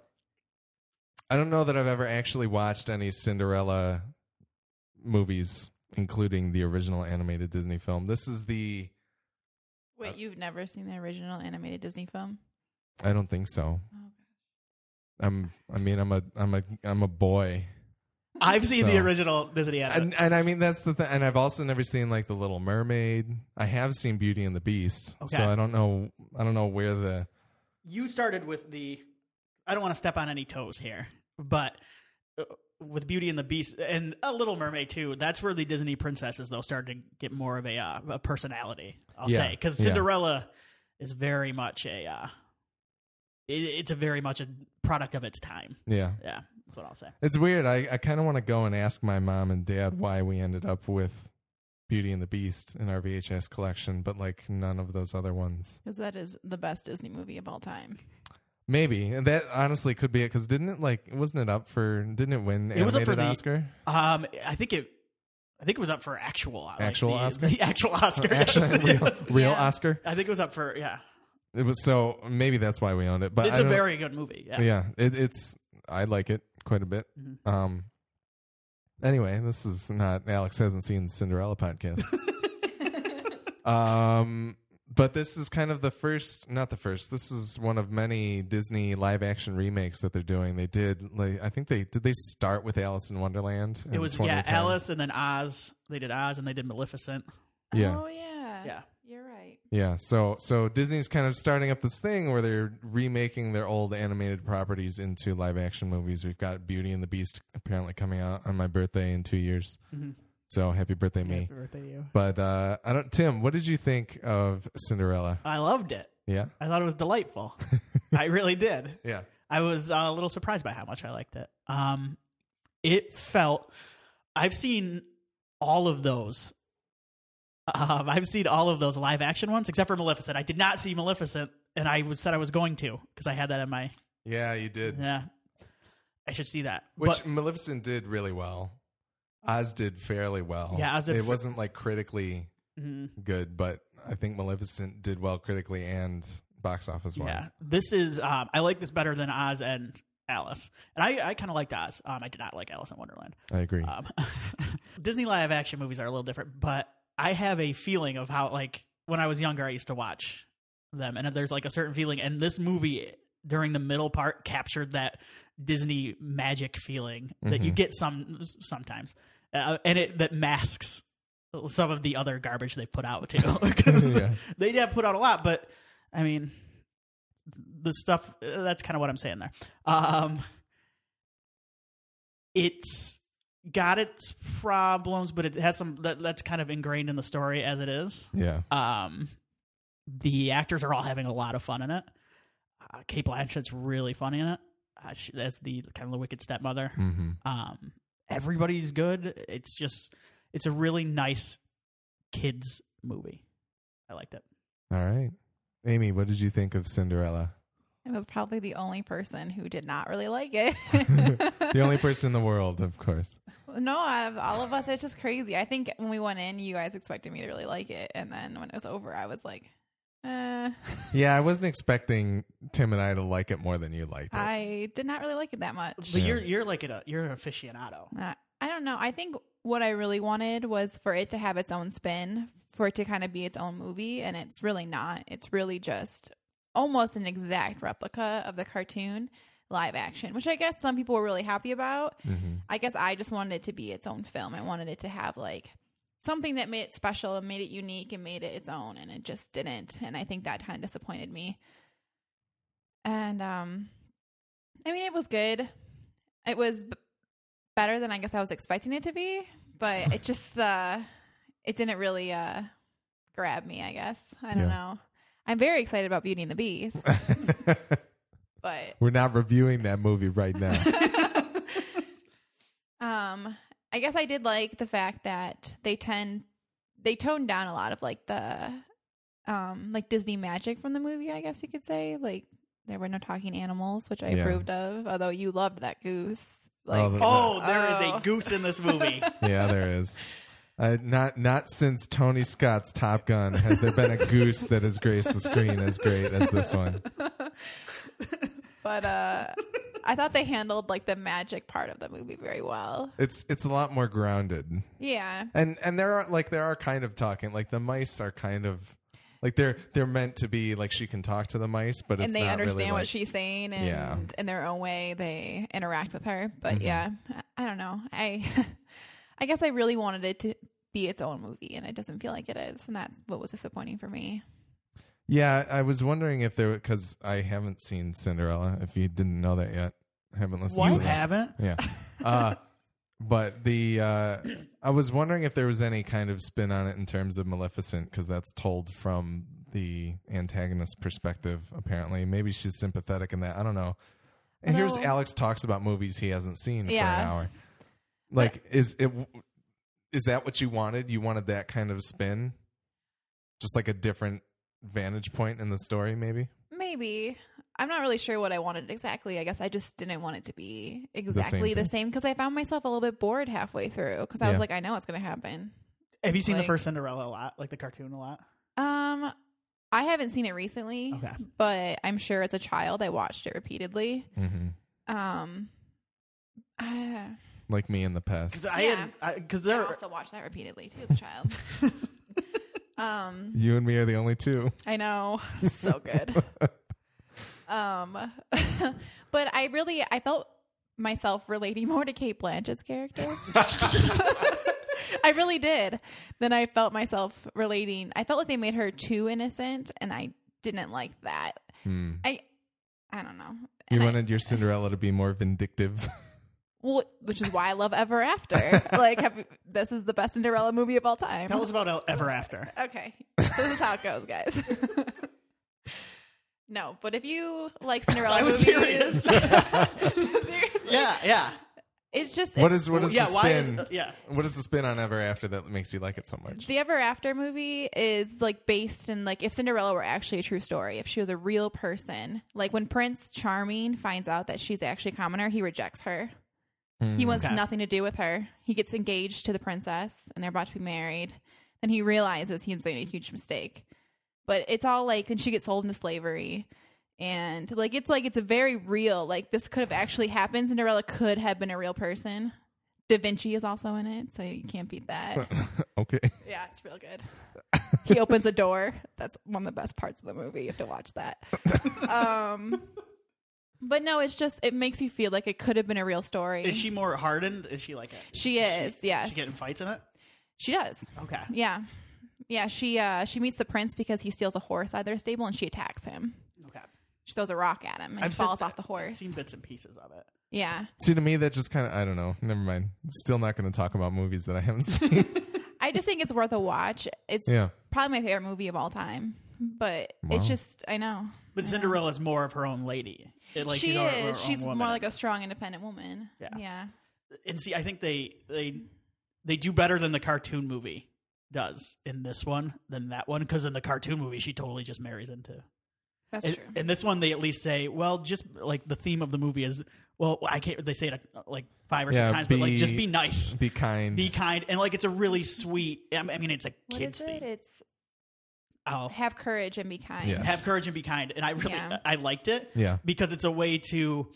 I don't know that I've ever actually watched any Cinderella movies, including the original animated Disney film. This is the Uh, Wait, you've never seen the original animated Disney film? Oh, I don't think so. I'm. I mean, I'm a. I'm a. I'm a boy. I've seen the So- original Disney animated. And, and I mean, that's the thing. And I've also never seen like the Little Mermaid. I have seen Beauty and the Beast. Okay. So I don't know. I don't know where the. you started with the i don't want to step on any toes here but uh, with beauty and the beast and a little mermaid too that's where the disney princesses though started to get more of a, uh, a personality i'll Yeah, say because yeah. cinderella is very much a uh, it, it's a very much a product of its time Yeah. yeah that's what i'll say It's weird. I, I kind of want to go and ask my mom and dad why we ended up with Beauty and the Beast in our VHS collection, but like none of those other ones. because that is the best Disney movie of all time. Maybe and that honestly could be it because didn't it like wasn't it up for didn't it win It was up animated for the- Oscar? um i think it i think it was up for actual like, Actual the, Oscar? the actual oscar Actually, yes. real, real Yeah. Oscar. i think it was up for yeah It was so maybe that's why we owned it. But it's I a don't- very good movie yeah, yeah. It, it's I like it quite a bit. Mhm. Um. Anyway, this is not Alex hasn't seen Cinderella podcast. Um, but this is kind of the first, not the first. This is one of many Disney live action remakes that they're doing. They did, like, I think they did. They start with Alice in Wonderland. in It was yeah, 2010? Alice and then Oz. They did Oz and they did Maleficent. Yeah. Oh yeah. Yeah. You're right. Yeah. So, so Disney's kind of starting up this thing where they're remaking their old animated properties into live action movies. We've got Beauty and the Beast apparently coming out on my birthday in two years. Mhm. So happy birthday, me. But uh, I don't, Tim. What did you think of Cinderella? I loved it. Yeah. I thought it was delightful. I really did. Yeah. I was uh, a little surprised by how much I liked it. Um, it felt. I've seen all of those. Um, I've seen all of those live action ones except for Maleficent. I did not see Maleficent, and I was, said I was going to because I had that in my Yeah, you did. yeah. I should see that. Which But- Maleficent did really well. Oz did fairly well. Yeah, Oz did It fa- wasn't like critically Mhm. good, but I think Maleficent did well critically and box office wise. Yeah, this is. Um, I like this better than Oz and Alice, and I, I kind of liked Oz. Um, I did not like Alice in Wonderland. I agree. Um, Disney live action movies are a little different, but I have a feeling of how like when I was younger, I used to watch them, and there's like a certain feeling. And this movie during the middle part captured that Disney magic feeling that you Mhm. get some sometimes, uh, and it that masks some of the other garbage they put out too. 'Cause Yeah. They did put out a lot, but I mean, the stuff uh, that's kind of what I'm saying there. Um, it's got its problems, but it has some that, that's kind of ingrained in the story as it is. yeah. Um, the actors are all having a lot of fun in it. Uh, Kate Blanchett's really funny in it. Uh, she, that's the kind of the wicked stepmother. Mm-hmm. Um, everybody's good. It's just it's a really nice kids movie. I liked it. All right. Amy, what did you think of Cinderella? I was probably the only person who did not really like it. The only person in the world, of course. No, out of all of us, it's just crazy. I think when we went in, you guys expected me to really like it, and then when it was over, I was like, eh. Yeah, I wasn't expecting Tim and I to like it more than you liked it. I did not really like it that much. But Yeah. you're you're like an, you're an aficionado. Uh, I don't know. I think what I really wanted was for it to have its own spin, for it to kind of be its own movie, and it's really not. It's really just almost an exact replica of the cartoon live action, which I guess some people were really happy about. Mhm. I guess I just wanted it to be its own film. I wanted it to have like something that made it special and made it unique and made it its own and it just didn't. And I think that kind of disappointed me. And um I mean it was good. It was b- better than I guess I was expecting it to be, but it just uh it didn't really uh grab me, I guess. I don't Yeah. know. I'm very excited about Beauty and the Beast, Mm-hmm. but We're not reviewing that movie right now. um i guess i did like the fact that they tend they toned down a lot of like the um like disney magic from the movie i guess you could say like there were no talking animals which i Yeah. approved of although you loved that goose Oh, like the- Oh, there is Oh. a goose in this movie. yeah, there is. Uh, not not since Tony Scott's Top Gun has there been a goose that has graced the screen as great as this one. but uh i thought they handled like the magic part of the movie very well It's it's a lot more grounded, yeah and and there are like there are kind of talking like the mice are kind of Like they're they're meant to be like she can talk to the mice, but and it's they not understand really, what like- she's saying and Yeah. in their own way they interact with her but Mhm. yeah I- i don't know i i guess i really wanted it to be its own movie and it doesn't feel like it is and that's what was disappointing for me Yeah, I was wondering if there because I haven't seen Cinderella. If you didn't know that yet, I haven't listened. to You this. haven't? Yeah. Uh, but the uh, I was wondering if there was any kind of spin on it in terms of Maleficent because that's told from the antagonist perspective. Apparently, maybe she's sympathetic in that. I don't know. And here's Although- Alex talks about movies he hasn't seen for an Yeah. hour. Like, is it is that what you wanted? You wanted that kind of spin, just like a different vantage point in the story, maybe. maybe i'm not really sure what i wanted exactly i guess i just didn't want it to be exactly the thing. same because i found myself a little bit bored halfway through because i Yeah. was like i know what's going to happen Have you seen the Like- first Cinderella a lot, like the cartoon a lot? um i haven't seen it recently Okay. but i'm sure as a child i watched it repeatedly Mm-hmm. Um, I, Like me in the past. Because I Yeah. had, because I there, also watched that repeatedly too as a child. um, You and me are the only two. I know, so good. um, but I really I felt myself relating more to Kate Blanchett's character. I really did. Then I felt myself relating. I felt like they made her too innocent, and I didn't like that. Hmm. I I don't know. You And I- wanted your Cinderella to be more vindictive. Well, which is why I love Ever After. like, have, this is the best Cinderella movie of all time. tell us about El- Ever After. okay, this is how it goes, guys. no, but if you like Cinderella I was movies, serious. Seriously. Yeah, yeah, it's just what it's- is what is yeah. the Why is uh, spin? yeah? what is the spin on Ever After that makes you like it so much? the Ever After movie is like based in like if Cinderella were actually a true story, if she was a real person, like when Prince Charming finds out that she's actually a commoner, he rejects her. Hmm. He wants Okay. nothing to do with her. He gets engaged to the princess and they're about to be married. Then he realizes he's made a huge mistake. But it's all like, and she gets sold into slavery. And like, it's like, it's a very real, like, this could have actually happened. Cinderella could have been a real person. Da Vinci is also in it, so you can't beat that. okay. yeah, it's real good. He opens a door. That's one of the best parts of the movie. You have to watch that. Um, but no, it's just, it makes you feel like it could have been a real story. Is she more hardened? Is she like a? She is, yes. She getting fights in it? She does. Okay. Yeah. Yeah, she uh she meets the prince because he steals a horse out of their stable and she attacks him. Okay. She throws a rock at him and I've he seen- falls off the I've horse. seen bits and pieces of it. yeah. See, to me, that just kind of, I don't know. Never mind. Still not going to talk about movies that I haven't seen. I just think it's worth a watch. It's yeah. probably my favorite movie of all time. But Wow. it's just I know. But Cinderella's more of her own lady. It, like, she she's our- her is. own She's woman. more like a strong independent woman. Yeah. yeah. And see, I think they they they do better than the cartoon movie does in this one than that one because in the cartoon movie she totally just marries into. That's And, true. and this one they at least say, well, just like the theme of the movie is, well, I can't. They say it uh, like five or Yeah, six times, but like just be- be nice, Be kind. be kind, and like it's a really sweet. I mean, I mean, it's a What kids is thing. it? It's I'll have courage and be kind. Yes. have courage and be kind, and I really Yeah. I liked it. yeah. because it's a way to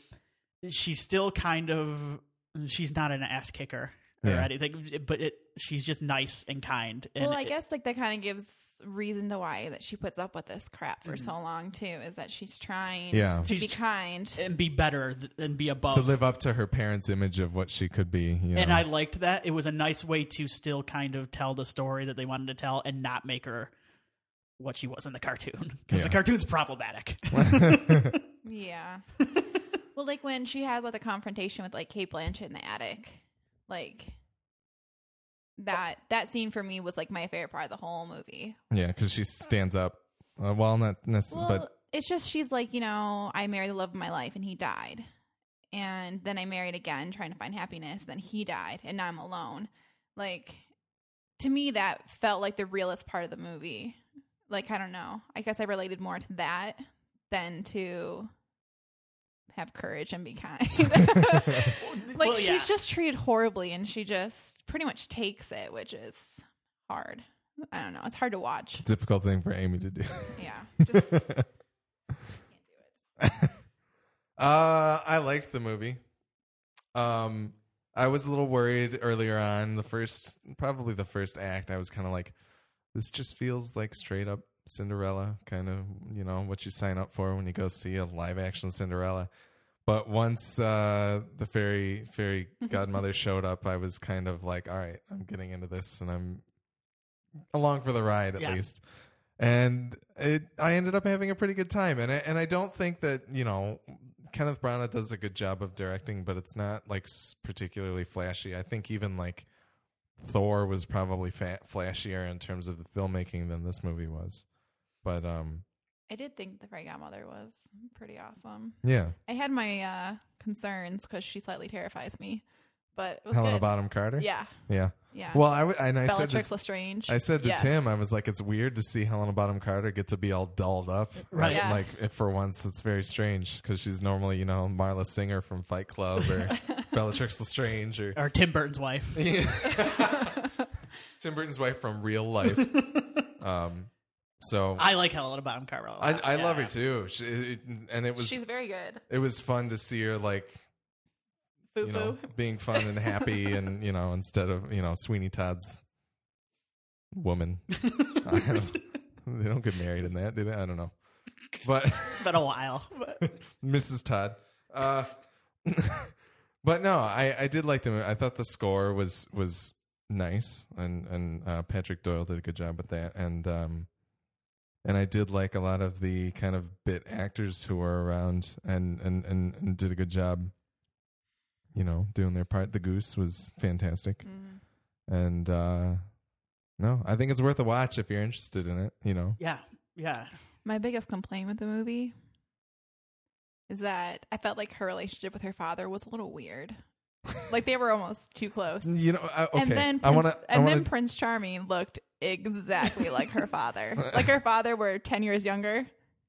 she's still kind of she's not an ass kicker or Yeah. anything but it she's just nice and kind and Well, I it- guess like that kind of gives reason to why that she puts up with this crap for so long too is that she's trying Yeah. to Mm-hmm. She's be tr- kind. and be better th- and be above To live up to her parents' image of what she could be. You know? and i liked that it was a nice way to still kind of tell the story that they wanted to tell and not make her what she was in the cartoon because Yeah. the cartoon's problematic Yeah. well, like when she has like the confrontation with like Kate Blanchett in the attic, like that that scene for me was like my favorite part of the whole movie. yeah, because she stands up. Uh, well, not Well, necessarily, it's just she's like, you know, I married the love of my life and he died. And then I married again trying to find happiness, then he died and now I'm alone. Like to me that felt like the realest part of the movie. Like I don't know. I guess I related more to that than to have courage and be kind. but. like Well, she's yeah. just treated horribly and she just pretty much takes it which is hard i don't know it's hard to watch difficult thing for Amy to do. yeah just can't do it Uh, I liked the movie. Um, I was a little worried earlier on the first, probably the first act. I was kind of like, this just feels like straight up Cinderella, kind of, you know, what you sign up for when you go see a live action Cinderella. But once uh, the fairy fairy godmother showed up, I was kind of like, all right, I'm getting into this, and I'm along for the ride at Yeah. least. And it, I ended up having a pretty good time, and I, and I don't think that you know Kenneth Branagh does a good job of directing, but it's not like s- particularly flashy. I think even like Thor was probably fa- flashier in terms of the filmmaking than this movie was. But um, I did think the fairy godmother was pretty awesome. yeah, I had my uh, concerns because she slightly terrifies me, but it was Helena good. Bonham Carter. Yeah, yeah. yeah. Well, I w- and I said to, Bellatrix Lestrange. I said to Yes. Tim, I was like, it's weird to see Helena Bottom Carter get to be all dolled up, Right. Yeah. Like if for once, it's very strange because she's normally, you know, Marla Singer from Fight Club or Bellatrix Lestrange or or Tim Burton's wife. Tim Burton's wife from Real Life. um, so I I like Helena Bottom Carter. a lot. I, love her Yeah. too, she, it, and it was She's very good. it was fun to see her like Foo you know foo. being fun and happy and you know instead of you know Sweeney Todd's woman. I don't- they don't get married in that, do they? I don't know, but. It's been a while. But Mrs. Todd. Uh, but no, I, I did like them. I thought the score was was nice, and and uh, Patrick Doyle did a good job with that, and um, and I did like a lot of the kind of bit actors who were around, and and and, and did a good job. You know, doing their part. The goose was fantastic, Mhm. and uh, no, I think it's worth a watch if you're interested in it. You know, yeah, yeah. My biggest complaint with the movie is that I felt like her relationship with her father was a little weird. like they were almost too close. you know. I, okay, And then Prince, I want to. and then Prince Charming looked exactly like her father. like her father were 10 years younger.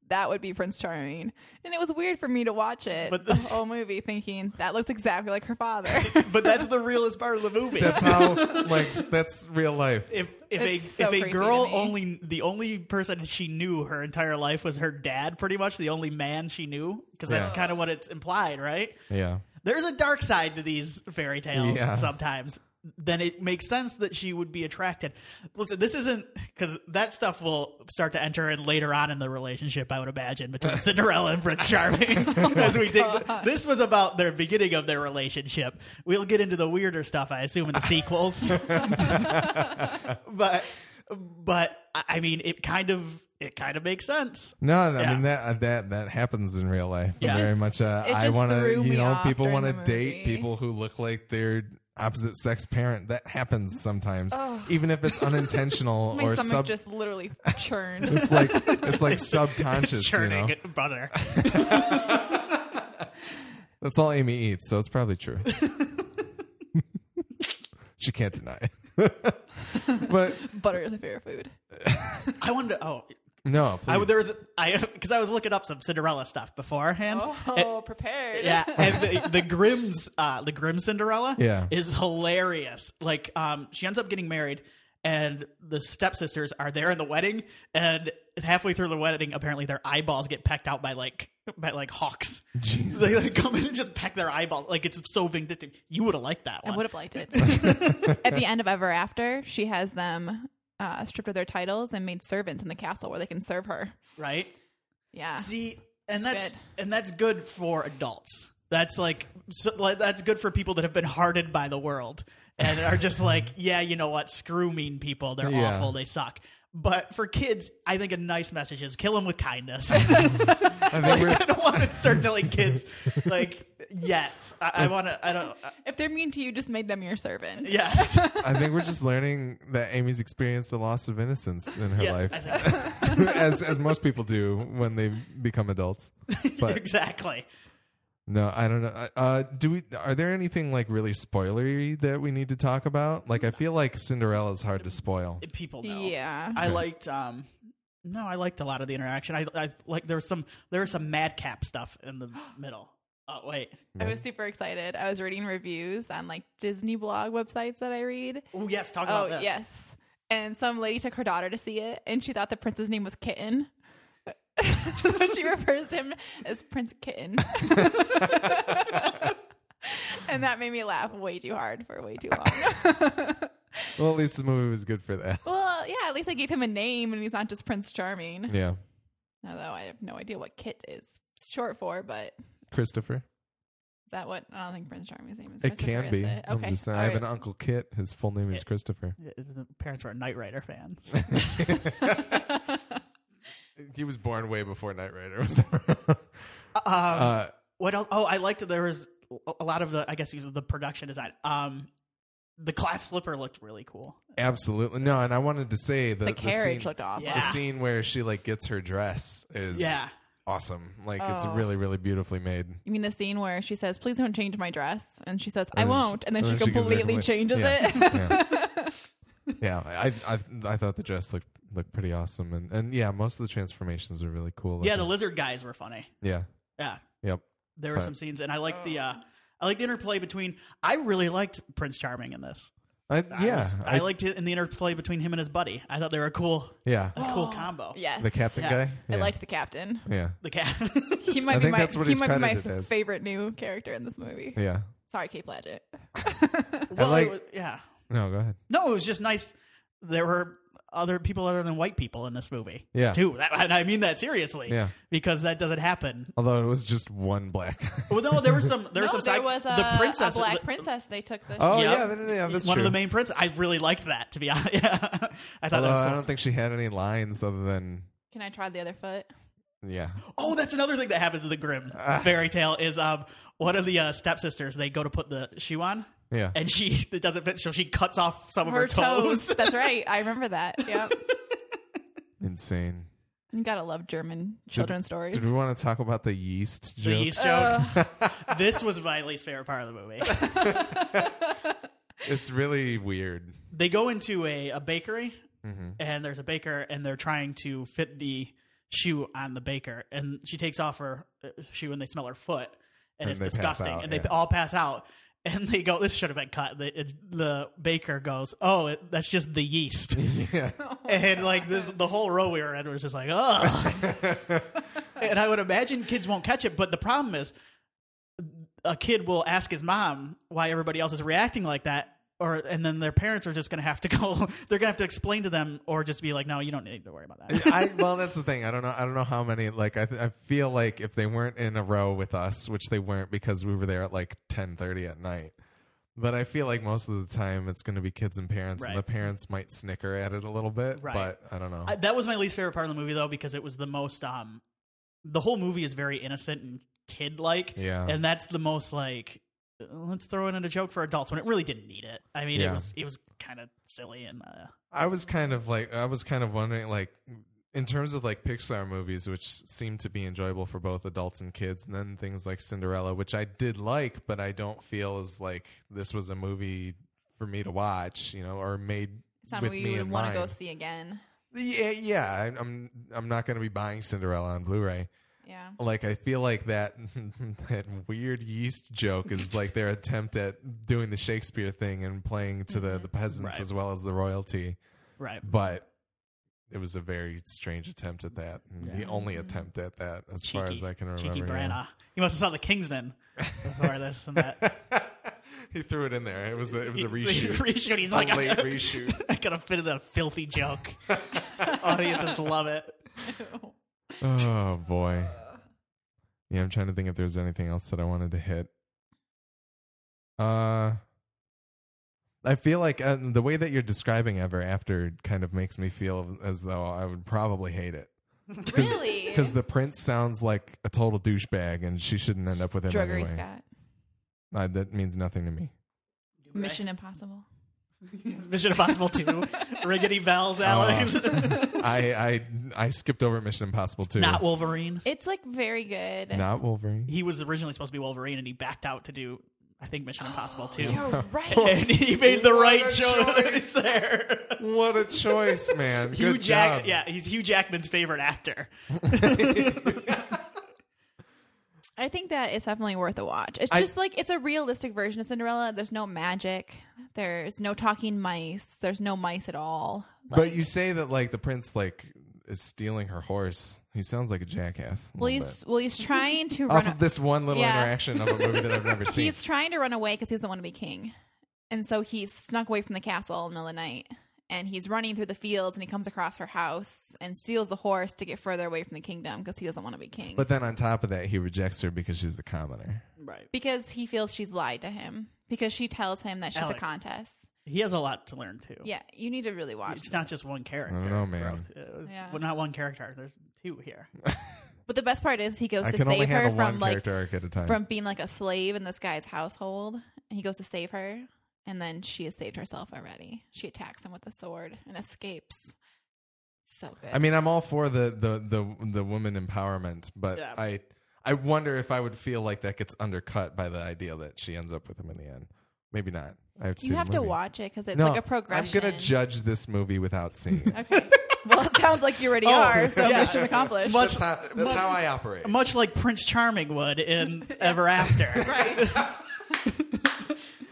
That would be Prince Charming. And it was weird for me to watch it But the the- whole movie thinking that looks exactly like her father. But that's the realest part of the movie. That's how like that's real life. if if a It's so if creepy a to girl me. only the only person she knew her entire life was her dad, pretty much the only man she knew, because that's Yeah. kind of what it's implied, right? Yeah. There's a dark side to these fairy tales Yeah. sometimes. Then it makes sense that she would be attracted. Listen, this isn't because that stuff will start to enter in later on in the relationship. I would imagine between Cinderella and Prince Charming. as we did, this was about their beginning of their relationship. We'll get into the weirder stuff, I assume, in the sequels. but but I I mean, it kind of it kind of makes sense. No, I Yeah. mean that uh, that that happens in real life. Yeah. Very Just- much. Uh, it I just want to, threw you me know, off people during want to the date movie. people who look like their opposite sex parent. That happens sometimes, even if it's unintentional My or stomach sub. just literally churned. it's like it's like It's subconscious. you know, churning butter. that's all Amy eats, so it's probably true. she can't deny. it. but Butter is my favorite food. I wonder. Oh, no, please. I, there was I because I was looking up some Cinderella stuff beforehand. Eh, Oh, prepared. Yeah, and the, the Grimm's uh, the Grimm Cinderella Yeah. is hilarious. Like, um, she ends up getting married, and the stepsisters are there in the wedding, and halfway through the wedding, apparently their eyeballs get pecked out by like by like hawks. Jesus. They, they come in and just peck their eyeballs. Like it's so vindictive. You would have liked that I one. would have liked it. At the end of Ever After, she has them uh, stripped of their titles and made servants in the castle where they can serve her. right? Yeah. See, and that's good. and that's good for adults. That's like, so, like that's good for people that have been hardened by the world and are just like, yeah, you know what? Screw mean people. They're Yeah. awful. They suck. But for kids, I think a nice message is kill them with kindness. I think we're, I don't want to start telling kids like yet. I, I want to. I don't. Uh, If they're mean to you, just make them your servant. yes. I think we're just learning that Amy's experienced a loss of innocence in her Yeah, life. I think so. as as most people do when they become adults. But exactly. no, I don't know. Uh, do we? Are there anything like really spoilery that we need to talk about? Like, I feel like Cinderella is hard to spoil. People know. Yeah. I liked um no, I liked a lot of the interaction. I, I like there was some there was some madcap stuff in the middle. Oh wait. I was super excited. I was reading reviews on like Disney blog websites that I read. Oh yes, talk Oh, about this. yes. And some lady took her daughter to see it, and she thought the prince's name was Kitten. so she refers to him as Prince Kitten. and that made me laugh way too hard for way too long. Well, at least the movie was good for that. well, yeah, at least I gave him a name and he's not just Prince Charming. Yeah. Although I have no idea what Kit is short for, but is Christopher. that what? I don't think Prince Charming's name is. It Christopher, can is be. it? I'm Okay. just saying, all I have right. an uncle Kit. His full name is Yeah. Christopher. Yeah, The parents were Knight Rider fans. Uh, He was born way before Knight Rider was ever. um, uh, what else? Oh, I liked that there was a lot of the. I guess these are the production design. Um, the class slipper looked really cool. absolutely no. And I wanted to say the, the scene, carriage looked awesome. the Yeah. scene where she like gets her dress is Yeah, awesome. Like it's Oh. really really beautifully made. You mean the scene where she says, "Please don't change my dress," and she says, "I And then she- won't," and then and she then she gives her a completely complete- changes yeah, it. Yeah, I I I thought the dress looked looked pretty awesome, and and yeah, most of the transformations are really cool. yeah. The looking. lizard guys were funny. yeah, Yeah, yep. there were Right. some scenes, and I liked Oh. the. Uh, I liked the interplay between. I really liked Prince Charming in this. I, I yeah, was- I, liked it in the interplay between him and his buddy. I thought they were cool. yeah. A Oh, cool combo. Yes, The captain Yeah. guy. Yeah. I liked the captain. Yeah, The cat. He might I be think my, that's what he he's might be my credited as. favorite new character in this movie. yeah. Sorry, Kate Blanchett. well, like- it was, yeah. No, go ahead. No, it was just nice. There were other people other than white people in this movie. Yeah. Too. That, and I mean that seriously. Yeah. Because that doesn't happen. Although it was just one black. Well, no, there was some. There was no, some. there side- was a, the princess. a black the- princess. They took the. oh Yep. yeah, that- yeah, that's one true. of the main princes. I really liked that. To be honest, yeah. I thought Although I that was don't think she had any lines other than Can I try the other foot? yeah. cool. Oh, that's another thing that happens in the Grimm Ah. fairy tale is um one of the uh, stepsisters. They go to put the shoe on, Yeah. and she it doesn't fit, so she cuts off some of her toes. That's right. I remember that. Yep. Insane. you gotta love German children's stories. Did we want to talk about the yeast the joke? yeast joke. this was my least favorite part of the movie. It's really weird. they go into a, a bakery Mm-hmm. and there's a baker and they're trying to fit the shoe on the baker and she takes off her uh, shoe and they smell her foot and, And it's they pass disgusting out, and they yeah. all pass out and they go this should have been cut the, it- the baker goes oh it, that's just the yeast Yeah. and like this the whole row we were in was just like oh and i would imagine kids won't catch it but the problem is a kid will ask his mom why everybody else is reacting like that or and then their parents are just going to have to go they're going to have to explain to them or just be like no you don't need to worry about that I well, that's the thing. I don't know. I don't know how many. Like, I, I feel like if they weren't in a row with us, which they weren't because we were there at like ten thirty at night. But I feel like most of the time it's going to be kids and parents, Right. and the parents might snicker at it a little bit. Right. But I don't know. I, that was my least favorite part of the movie though because it was the most um the whole movie is very innocent and kid like Yeah. and that's the most like let's throw in a joke for adults when it really didn't need it i mean it Yeah. was it was kind of silly and uh, I was kind of like I was kind of wondering like in terms of like Pixar movies which seem to be enjoyable for both adults and kids and then things like Cinderella which I did like but I don't feel as like this was a movie for me to watch, you know, or made It's not a with movie me you in would want mind. to go see again. Yeah, yeah, I- I'm I'm not going to be buying Cinderella on Blu-ray. Yeah. Like I feel like that that weird yeast joke is like their attempt at doing the Shakespeare thing and playing to Mm-hmm. the the peasants Right. as well as the royalty right but it was a very strange attempt at that. and The only attempt at that, as far as I can remember. Cheeky Branagh. yeah. You must have saw the Kingsman before this and that. he threw it in there. It was a, it was a He- reshoot. reshoot. He's a like, late I, reshoot. I gotta fit in a filthy joke. Audiences love it. Oh boy. Yeah, I'm trying to think if there's anything else that I wanted to hit. Uh. I feel like uh, the way that you're describing ever after kind of makes me feel as though I would probably hate it really? because the prince sounds like a total douchebag, and she shouldn't end up with him Druggery anyway. Scott. Uh, that means nothing to me. Mission Impossible. Mission Impossible 2. Riggedy Bells, Alex. Uh, I I I skipped over Mission Impossible too. Not Wolverine. It's like very good. Not Wolverine. He was originally supposed to be Wolverine and he backed out to do, I think, Mission Impossible 2. You're And right. he made the Oh, What right a choice. choice there. What a choice, man! Hugh Good Jack, job. yeah, he's Hugh Jackman's favorite actor. I think that it's definitely worth a watch. It's I- just like it's a realistic version of Cinderella. There's no magic. There's no talking mice. There's no mice at all. But you say that like the prince like is stealing her horse. He sounds like a jackass. a Well, little he's well, he's trying to bit. off run. of this one little Yeah. interaction of a movie that I've never seen. He's trying to run away because he doesn't want to be king, and so he snuck away from the castle in the middle of the night. and he's running through the fields and he comes across her house and steals the horse to get further away from the kingdom because he doesn't want to be king. But then on top of that, he rejects her because she's the commoner. Right. because he feels she's lied to him because she tells him that she's Alec. a contest. He has a lot to learn too. Yeah, you need to really watch. It's not just one character. know, man. growth. Uh, it's- Yeah. Well, not one character. There's two here. But the best part is he goes I to can only save her handle from one like character arc at a time. from being like a slave in this guy's household, and he goes to save her, and then she has saved herself already. She attacks him with a sword and escapes. So good. I mean, I'm all for the the the, the woman empowerment, but Yeah. I I wonder if I would feel like that gets undercut by the idea that she ends up with him in the end. Maybe not. I have to see you the have to movie. watch it because it's No, like a progression. I'm gonna judge this movie without seeing it. Okay. Well, it sounds like you already Oh, are. So yeah. mission accomplished. Must- That's how, that's how I operate. Much like Prince Charming would in Ever After. right.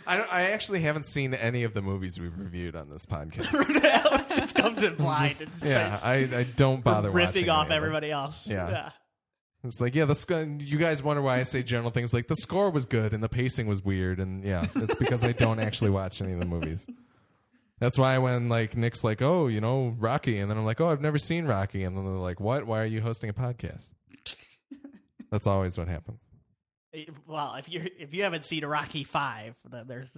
I, don't, I actually haven't seen any of the movies we've reviewed on this podcast. Alex just comes in blind and yeah, starts I, I don't bother watching riffing off any of them. everybody else. Yeah. It's like, yeah, the sc- you guys wonder why I say general things like the score was good and the pacing was weird, and yeah, it's because I don't actually watch any of the movies. That's why when like Nick's like, oh, you know, Rocky, and then I'm like, oh, I've never seen Rocky, and then they're like, what? Why are you hosting a podcast? That's always what happens. Eh, Well, if you if you haven't seen Rocky Five, then there's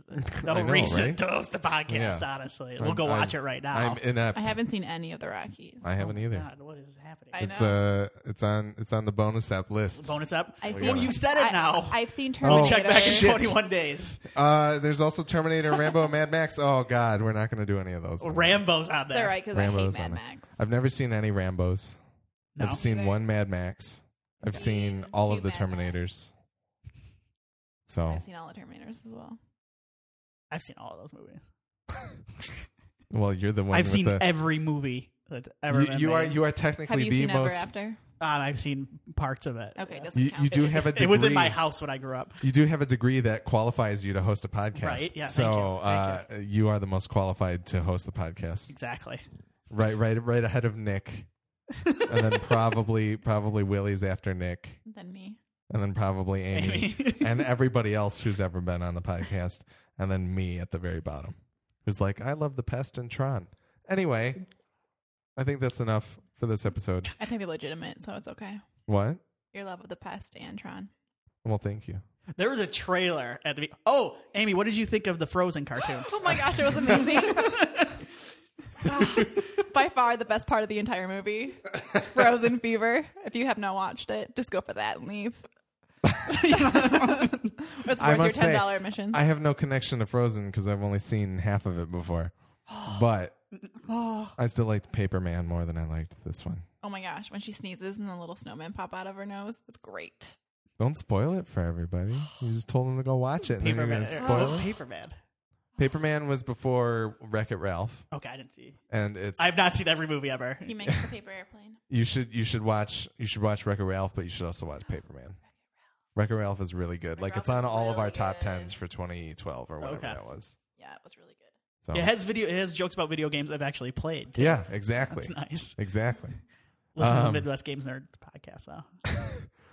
no I know, reason right? to host a podcast. Yeah. Honestly, we'll I'm- go I'm- watch it right now. I'm inept. I haven't seen any of the Rockies. I haven't either. Oh, God, what is happening? I It's know. uh, it's on it's on the bonus app list. Bonus up. I've oh, seen- you said it I- now. I've seen Oh, Terminator. Check back in Shit. 21 days. Uh, there's also Terminator, Rambo, Mad Max. Oh God, we're not going to do any of those. Rambo's on It's there. all right because I hate Rambo's Mad on there. Max. I've never seen any Rambo's. No? I've seen Either. one Mad Max. I've Okay. seen all of Two the Mad Max. Terminators. So, Oh. I've seen all the Terminators as well. I've seen all of those movies. well, you're the one. I've with seen the, every movie that's ever you, been you are made. you are Have technically you the seen most. Ever After? Um, I've seen parts of it. Okay, it doesn't You, count. you do have a degree. It was in my house when I grew up. You do have a degree that qualifies you to host a podcast. Right, yeah, thank So you, thank uh, you are the most qualified to host the podcast. Exactly. Right, right, right ahead of Nick, and then probably probably Willie's after Nick, than me. and then probably Amy, Amy. and everybody else who's ever been on the podcast, and then me at the very bottom, who's like, I love the pest and Tron. Anyway, I think that's enough for this episode. I think they're legitimate, so it's okay. What? Your love of the pest and Tron. Well, thank you. There was a trailer at the. Be- oh, Amy, what did you think of the Frozen cartoon? Oh my gosh, it was amazing. By far the best part of the entire movie. Frozen Fever. If you have not watched it, just go for that and leave. it's I worth your must say, ten dollar admission. I have no connection to Frozen because I've only seen half of it before, but I still liked Paper Man more than I liked this one. oh my gosh, when she sneezes and the little snowmen pop out of her nose, it's great. Don't spoil it for everybody. You just told them to go watch it, and then you're going to Paperman. spoil Oh, it. Paperman. Paperman was before Wreck It Ralph, Okay, I didn't see. and it's I've not seen every movie ever. He makes the paper airplane. you should you should watch you should watch Wreck It Ralph, but you should also watch Paperman. Wreck It Ralph is really good. like Wreck-It it's Ralph on is all of our really top good. tens for 2012 or whatever Okay. that was. Yeah, it was really good. So It has video. It has jokes about video games I've actually played. too. yeah, exactly, It's nice. exactly. Listen to the Um, Midwest Games Nerd podcast though.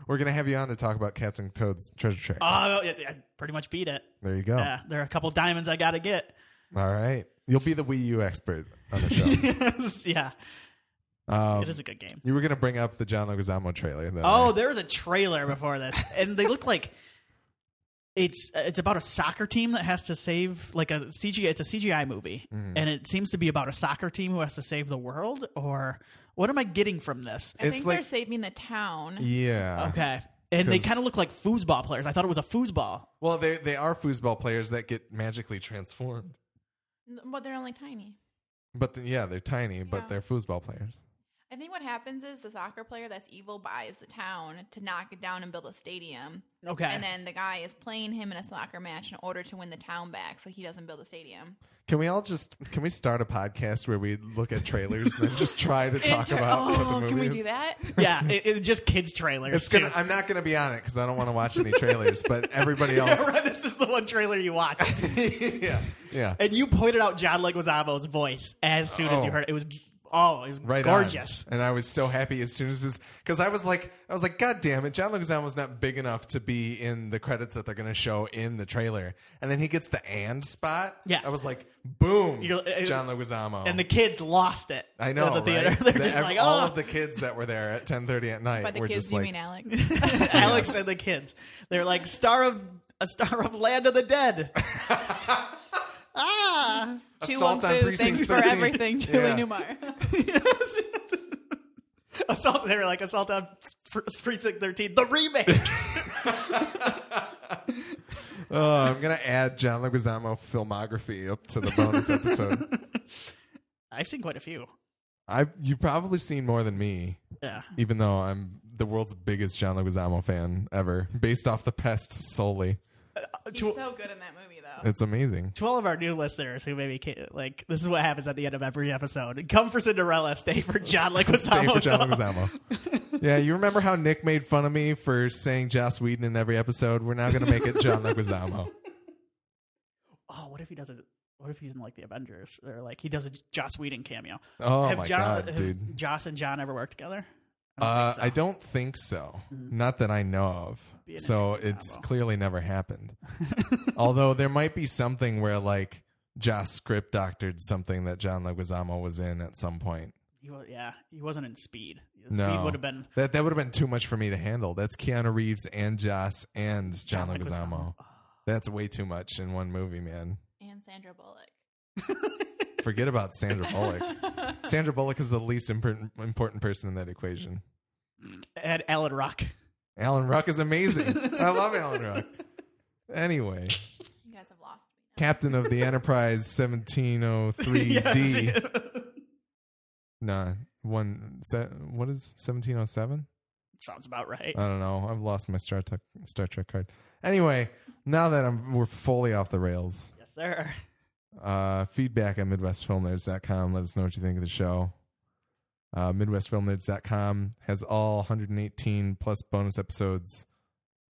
We're gonna have you on to talk about Captain Toad's Treasure Track. Ah, Oh, yeah, yeah, I pretty much beat it. there you go. Yeah, there are a couple diamonds I gotta get. All right, you'll be the Wii U expert on the show. yeah, um, it is a good game. you were gonna bring up the John Leguizamo trailer. Though, Oh, there was a trailer before this, and they look like it's it's about a soccer team that has to save like a CGI. It's a CGI movie, Mm-hmm. and it seems to be about a soccer team who has to save the world. Or what am I getting from this? I It's think like- they're saving the town. yeah. Okay, and they Uh-huh. 'Cause- kind of look like foosball players. I thought it was a foosball. Well, they they are foosball players that get magically transformed. N- But they're only tiny. But the, yeah, they're tiny, Yeah. but they're foosball players. I think what happens is the soccer player that's evil buys the town to knock it down and build a stadium. Okay, And then the guy is playing him in a soccer match in order to win the town back so he doesn't build a stadium. Can we all just can we start a podcast where we look at trailers and then just try to talk Inter- about what the oh, movie can we is? do that? yeah, it, it, just kids trailers. It's gonna. too. I'm not gonna be on it because I don't want to watch any trailers. but everybody else, Right, this is the one trailer you watch. yeah, yeah. And you pointed out John Leguizamo's voice as soon as you Oh. heard it. It was Oh, he's right on. gorgeous. And I was so happy as soon as this because I was like I was like, God damn it, John Leguizamo was not big enough to be in the credits that they're gonna show in the trailer. And then he gets the and spot. Yeah. I was like, boom, You're- it- John Leguizamo. And the kids lost it. I know At the theater. right? They're The- just ev- like, all oh. of the kids that were there at ten thirty at night By the were just kids, you like, mean Alex? Alex Yes. and the kids. They're like star of a star of Land of the Dead. ah. Assault on Fu, Precinct thanks 13. for everything, Julie Yeah. Newmar. Yes. Assault. They were like Assault on Pre- Precinct Thirteen, the remake. Oh, I'm gonna add John Leguizamo filmography up to the bonus episode. I've seen quite a few. I you've probably seen more than me, Yeah. even though I'm the world's biggest John Leguizamo fan ever, based off the pest solely. He's To, so good in that movie, though. It's amazing. to all of our new listeners who maybe can't, like this is what happens at the end of every episode. Come for Cinderella, stay for John Stay for Leguizamo. John Leguizamo. yeah, you remember how Nick made fun of me for saying Joss Whedon in every episode? We're now going to make it John Leguizamo. Oh, what if he doesn't? What if he's in like the Avengers or like he does a Joss Whedon cameo? Oh have my John, god, have dude! Joss and John ever worked together? Uh, think so. Mm-hmm. I don't think so. Not that I know of. Be an So interesting it's combo. clearly never happened. Although there might be something where like Joss script doctored something that John Leguizamo was in at some point. He wa- yeah, he wasn't in Speed. No, Speed would have been that. That would have been too much for me to handle. That's Keanu Reeves and Joss and John, John Leguizamo. Leguizamo. That's way too much in one movie, man. And Sandra Bullock. Forget about Sandra Bullock. Sandra Bullock is the least important important person in that equation. had Alan Rock. Alan Ruck is amazing. I love Alan Ruck. Anyway, you guys have lost me. captain of the Enterprise 1703D. Yes. Nah, one se- what is 1707? Sounds about right. I don't know. I've lost my Star Trek Star Trek card. Anyway, now that I'm we're fully off the rails. yes, sir. Uh, feedback at MidwestFilmNerds.com. Let us know what you think of the show. Uh, MidwestFilmNerds.com has all 118 plus bonus episodes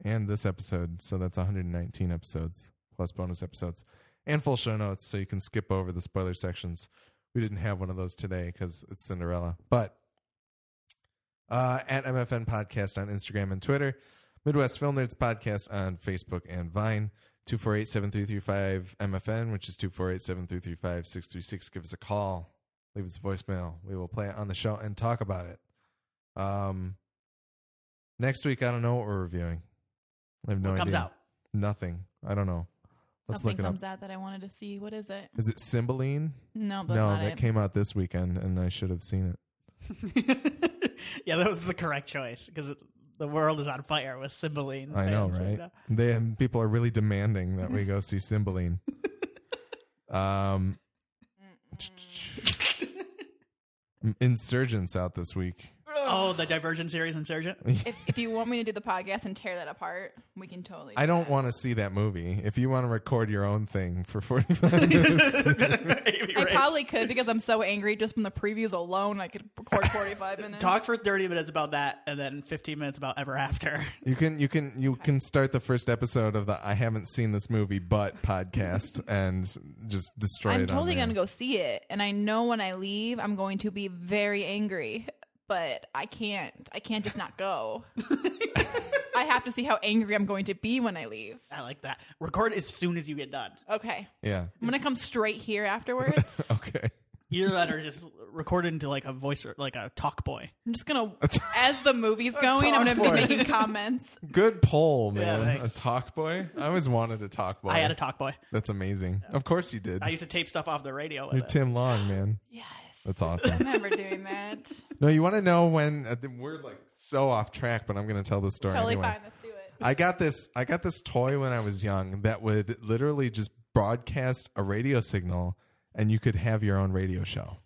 and this episode. So that's 119 episodes plus bonus episodes and full show notes. So you can skip over the spoiler sections. We didn't have one of those today because it's Cinderella. But uh, at MFN Podcast on Instagram and Twitter, Midwest Film Nerds Podcast on Facebook and Vine. 248-7335 MFN, which is 248-7335-636. Give us a call. Leave us a voicemail. We will play it on the show and talk about it. Um next week I don't know what we're reviewing. I have no What idea. comes out? Nothing. I don't know. Let's Something look it up. comes out that I wanted to see. What is it? Is it Cymbeline? No, that's No, not that it. came out this weekend and I should have seen it. yeah, that was the correct choice because the world is on fire with Cymbeline. I know, fans right? They and people are really demanding that we go see Cymbeline. um Insurgents out this week. Oh, the Divergent series, Insurgent. If, if you want me to do the podcast and tear that apart, we can totally. I don't want to see that movie. If you want to record your own thing for 45 minutes, Maybe, I right? probably could because I'm so angry just from the previews alone. I could record 45 minutes. talk for 30 minutes about that and then 15 minutes about Ever After. you can you can you can start the first episode of the I haven't seen this movie but podcast and just destroy I'm it. totally going gonna go see it, and I know when I leave, I'm going to be very angry. But I can't. I can't just not go. I have to see how angry I'm going to be when I leave. I like that. Record as soon as you get done. Okay, Yeah. I'm gonna come straight here afterwards. Okay. Either that or just record into like a voice or like a talk boy. I'm just gonna, as the movie's going, I'm talk gonna boy. be making comments. Good poll, Yeah, man. a thanks. talk boy. I always wanted a talk boy. I had a talk boy. That's amazing. Of course you did. I used to tape stuff off the radio. With You're it. Tim Long, man. Yes, That's awesome. I remember doing that. No, you want to know when uh, we're like so off track, but I'm going to tell this story Totally anyway. fine. Let's do it. I got this I got this toy when I was young that would literally just broadcast a radio signal and you could have your own radio show.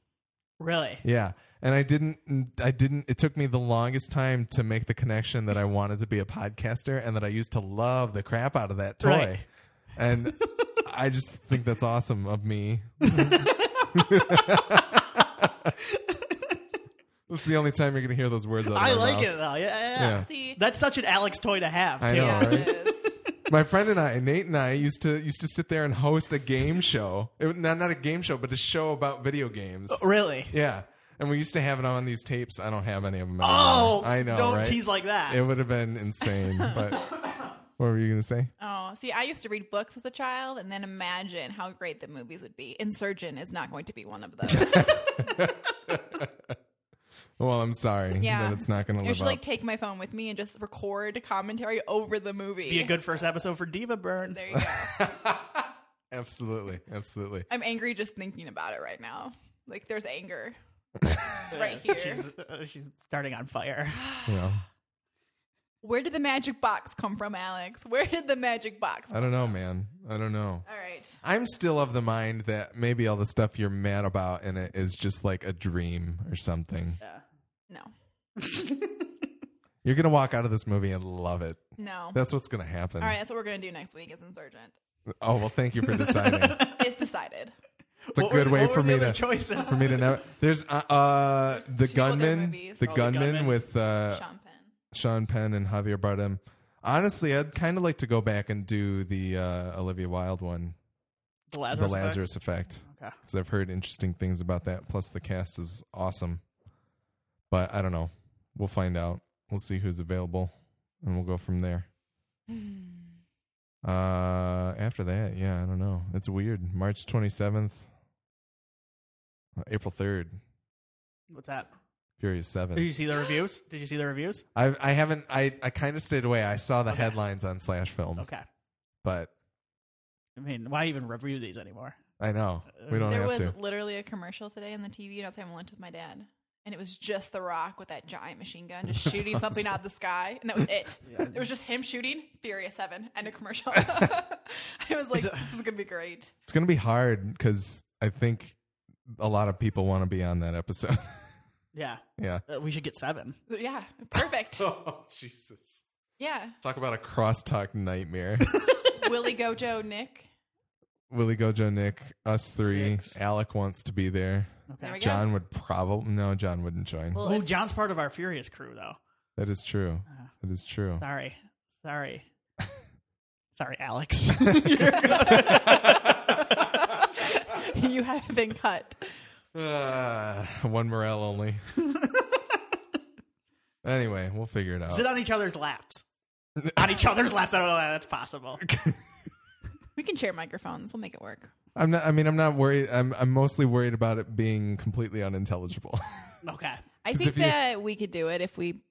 Really? Yeah. And I didn't I didn't it took me the longest time to make the connection that I wanted to be a podcaster and that I used to love the crap out of that toy. Right. And I just think that's awesome of me. That's the only time you're going to hear those words out of I my like mouth. it though. Yeah, yeah, yeah. Yeah. See, That's such an Alex toy to have. I too. know. yeah, it right? is. my friend and I, Nate and I, used to used to sit there and Uh, host a game show. It, was- not not a game show, but a show about video games. Really? Yeah, And we used to have it on these tapes. I don't have any of them. Anymore. Oh, I know. Don't right? tease like that. It would have been insane. But what were you gonna say? Oh, see, I used to read books as a child, and then imagine how great the movies would be. Insurgent is not going to be one of those. Well, I'm sorry Yeah. that it's not gonna I live should up. like take my phone with me and just record commentary over the movie. be a good first episode for Diva Burn. There you go. absolutely, absolutely. I'm angry just thinking about it right now. Like there's anger. it's right here. She's, uh, she's starting on fire. You know, Where did the magic box come from, Alex? Where did the magic box? I don't know, man. I don't know. All right. I'm still of the mind that maybe all the stuff you're mad about in it is just like a dream or something. Yeah. No. You're gonna walk out of this movie and love it. No. That's what's gonna happen. All right, that's what we're going to do next week is Insurgent. Oh well, thank you for deciding. It's decided. It's a good way for me to choices. for me to know. There's uh, uh the She told their gunman, movies. the Oh, The gunman Gunman. with uh, Sean Penn. Sean Penn and Javier Bardem. Honestly, I'd kind of like to go back and do the uh, Olivia Wilde one, the Lazarus. the effect? Lazarus Effect, Okay. because I've heard interesting things about that. Plus, the cast is awesome. But I don't know. We'll find out. We'll see who's available, and we'll go from there. Uh, after that, yeah, I don't know. It's weird. March twenty seventh, April third, What's that? Furious Did you Seven. see the reviews? Did you see the reviews? I I haven't. I I kind of stayed away. I saw the Okay. headlines on Slash Film, Okay. but I mean, why even review these anymore? I know we don't There have was to. literally a commercial today on the TV and I was having lunch with my dad. And it was just The Rock with that giant machine gun just shooting something out of the sky. And that was it. It was just him shooting Furious 7 and a commercial. I was like, Is it- this is going to be great. It's gonna be hard because I think a lot of people want to be on that episode. Yeah. yeah. Uh, we should get seven. Yeah, perfect. Oh Jesus! Yeah. Talk about a crosstalk nightmare. Willie Gojo Nick. Willie Gojo, Nick, us three. Six. Alec wants to be there. There we Okay. go. John would probably no. John wouldn't join. Well, Oh, if- John's part of our Furious crew, though. That is true. Uh, That is true. Sorry. Sorry. Sorry, Alex. you haven't been cut. Uh, one morale only. anyway, we'll figure it out. Sit on each other's laps. on each other's laps. I don't know how that's possible. We can share microphones. We'll make it work. I'm not. I mean, I'm not worried. I'm. I'm mostly worried about it being completely unintelligible. Okay. I 'Cause think if you- that we could do it if we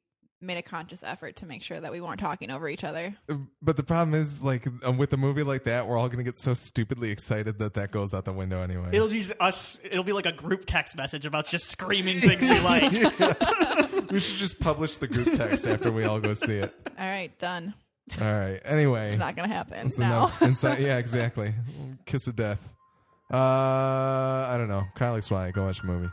made a conscious effort to make sure that we weren't talking over each other. but the problem is, like, um, with a movie like that, we're all gonna get so stupidly excited that that goes out the window anyway. It'll just us. It'll be like a group text message about just screaming things we like. we should just publish the group text after we all go see it. All right, done. All right. Anyway, It's not going to happen It's now. enough. Inside, yeah, exactly. Kiss of death. Uh, I don't know. Kyle X Y. Go watch a movie.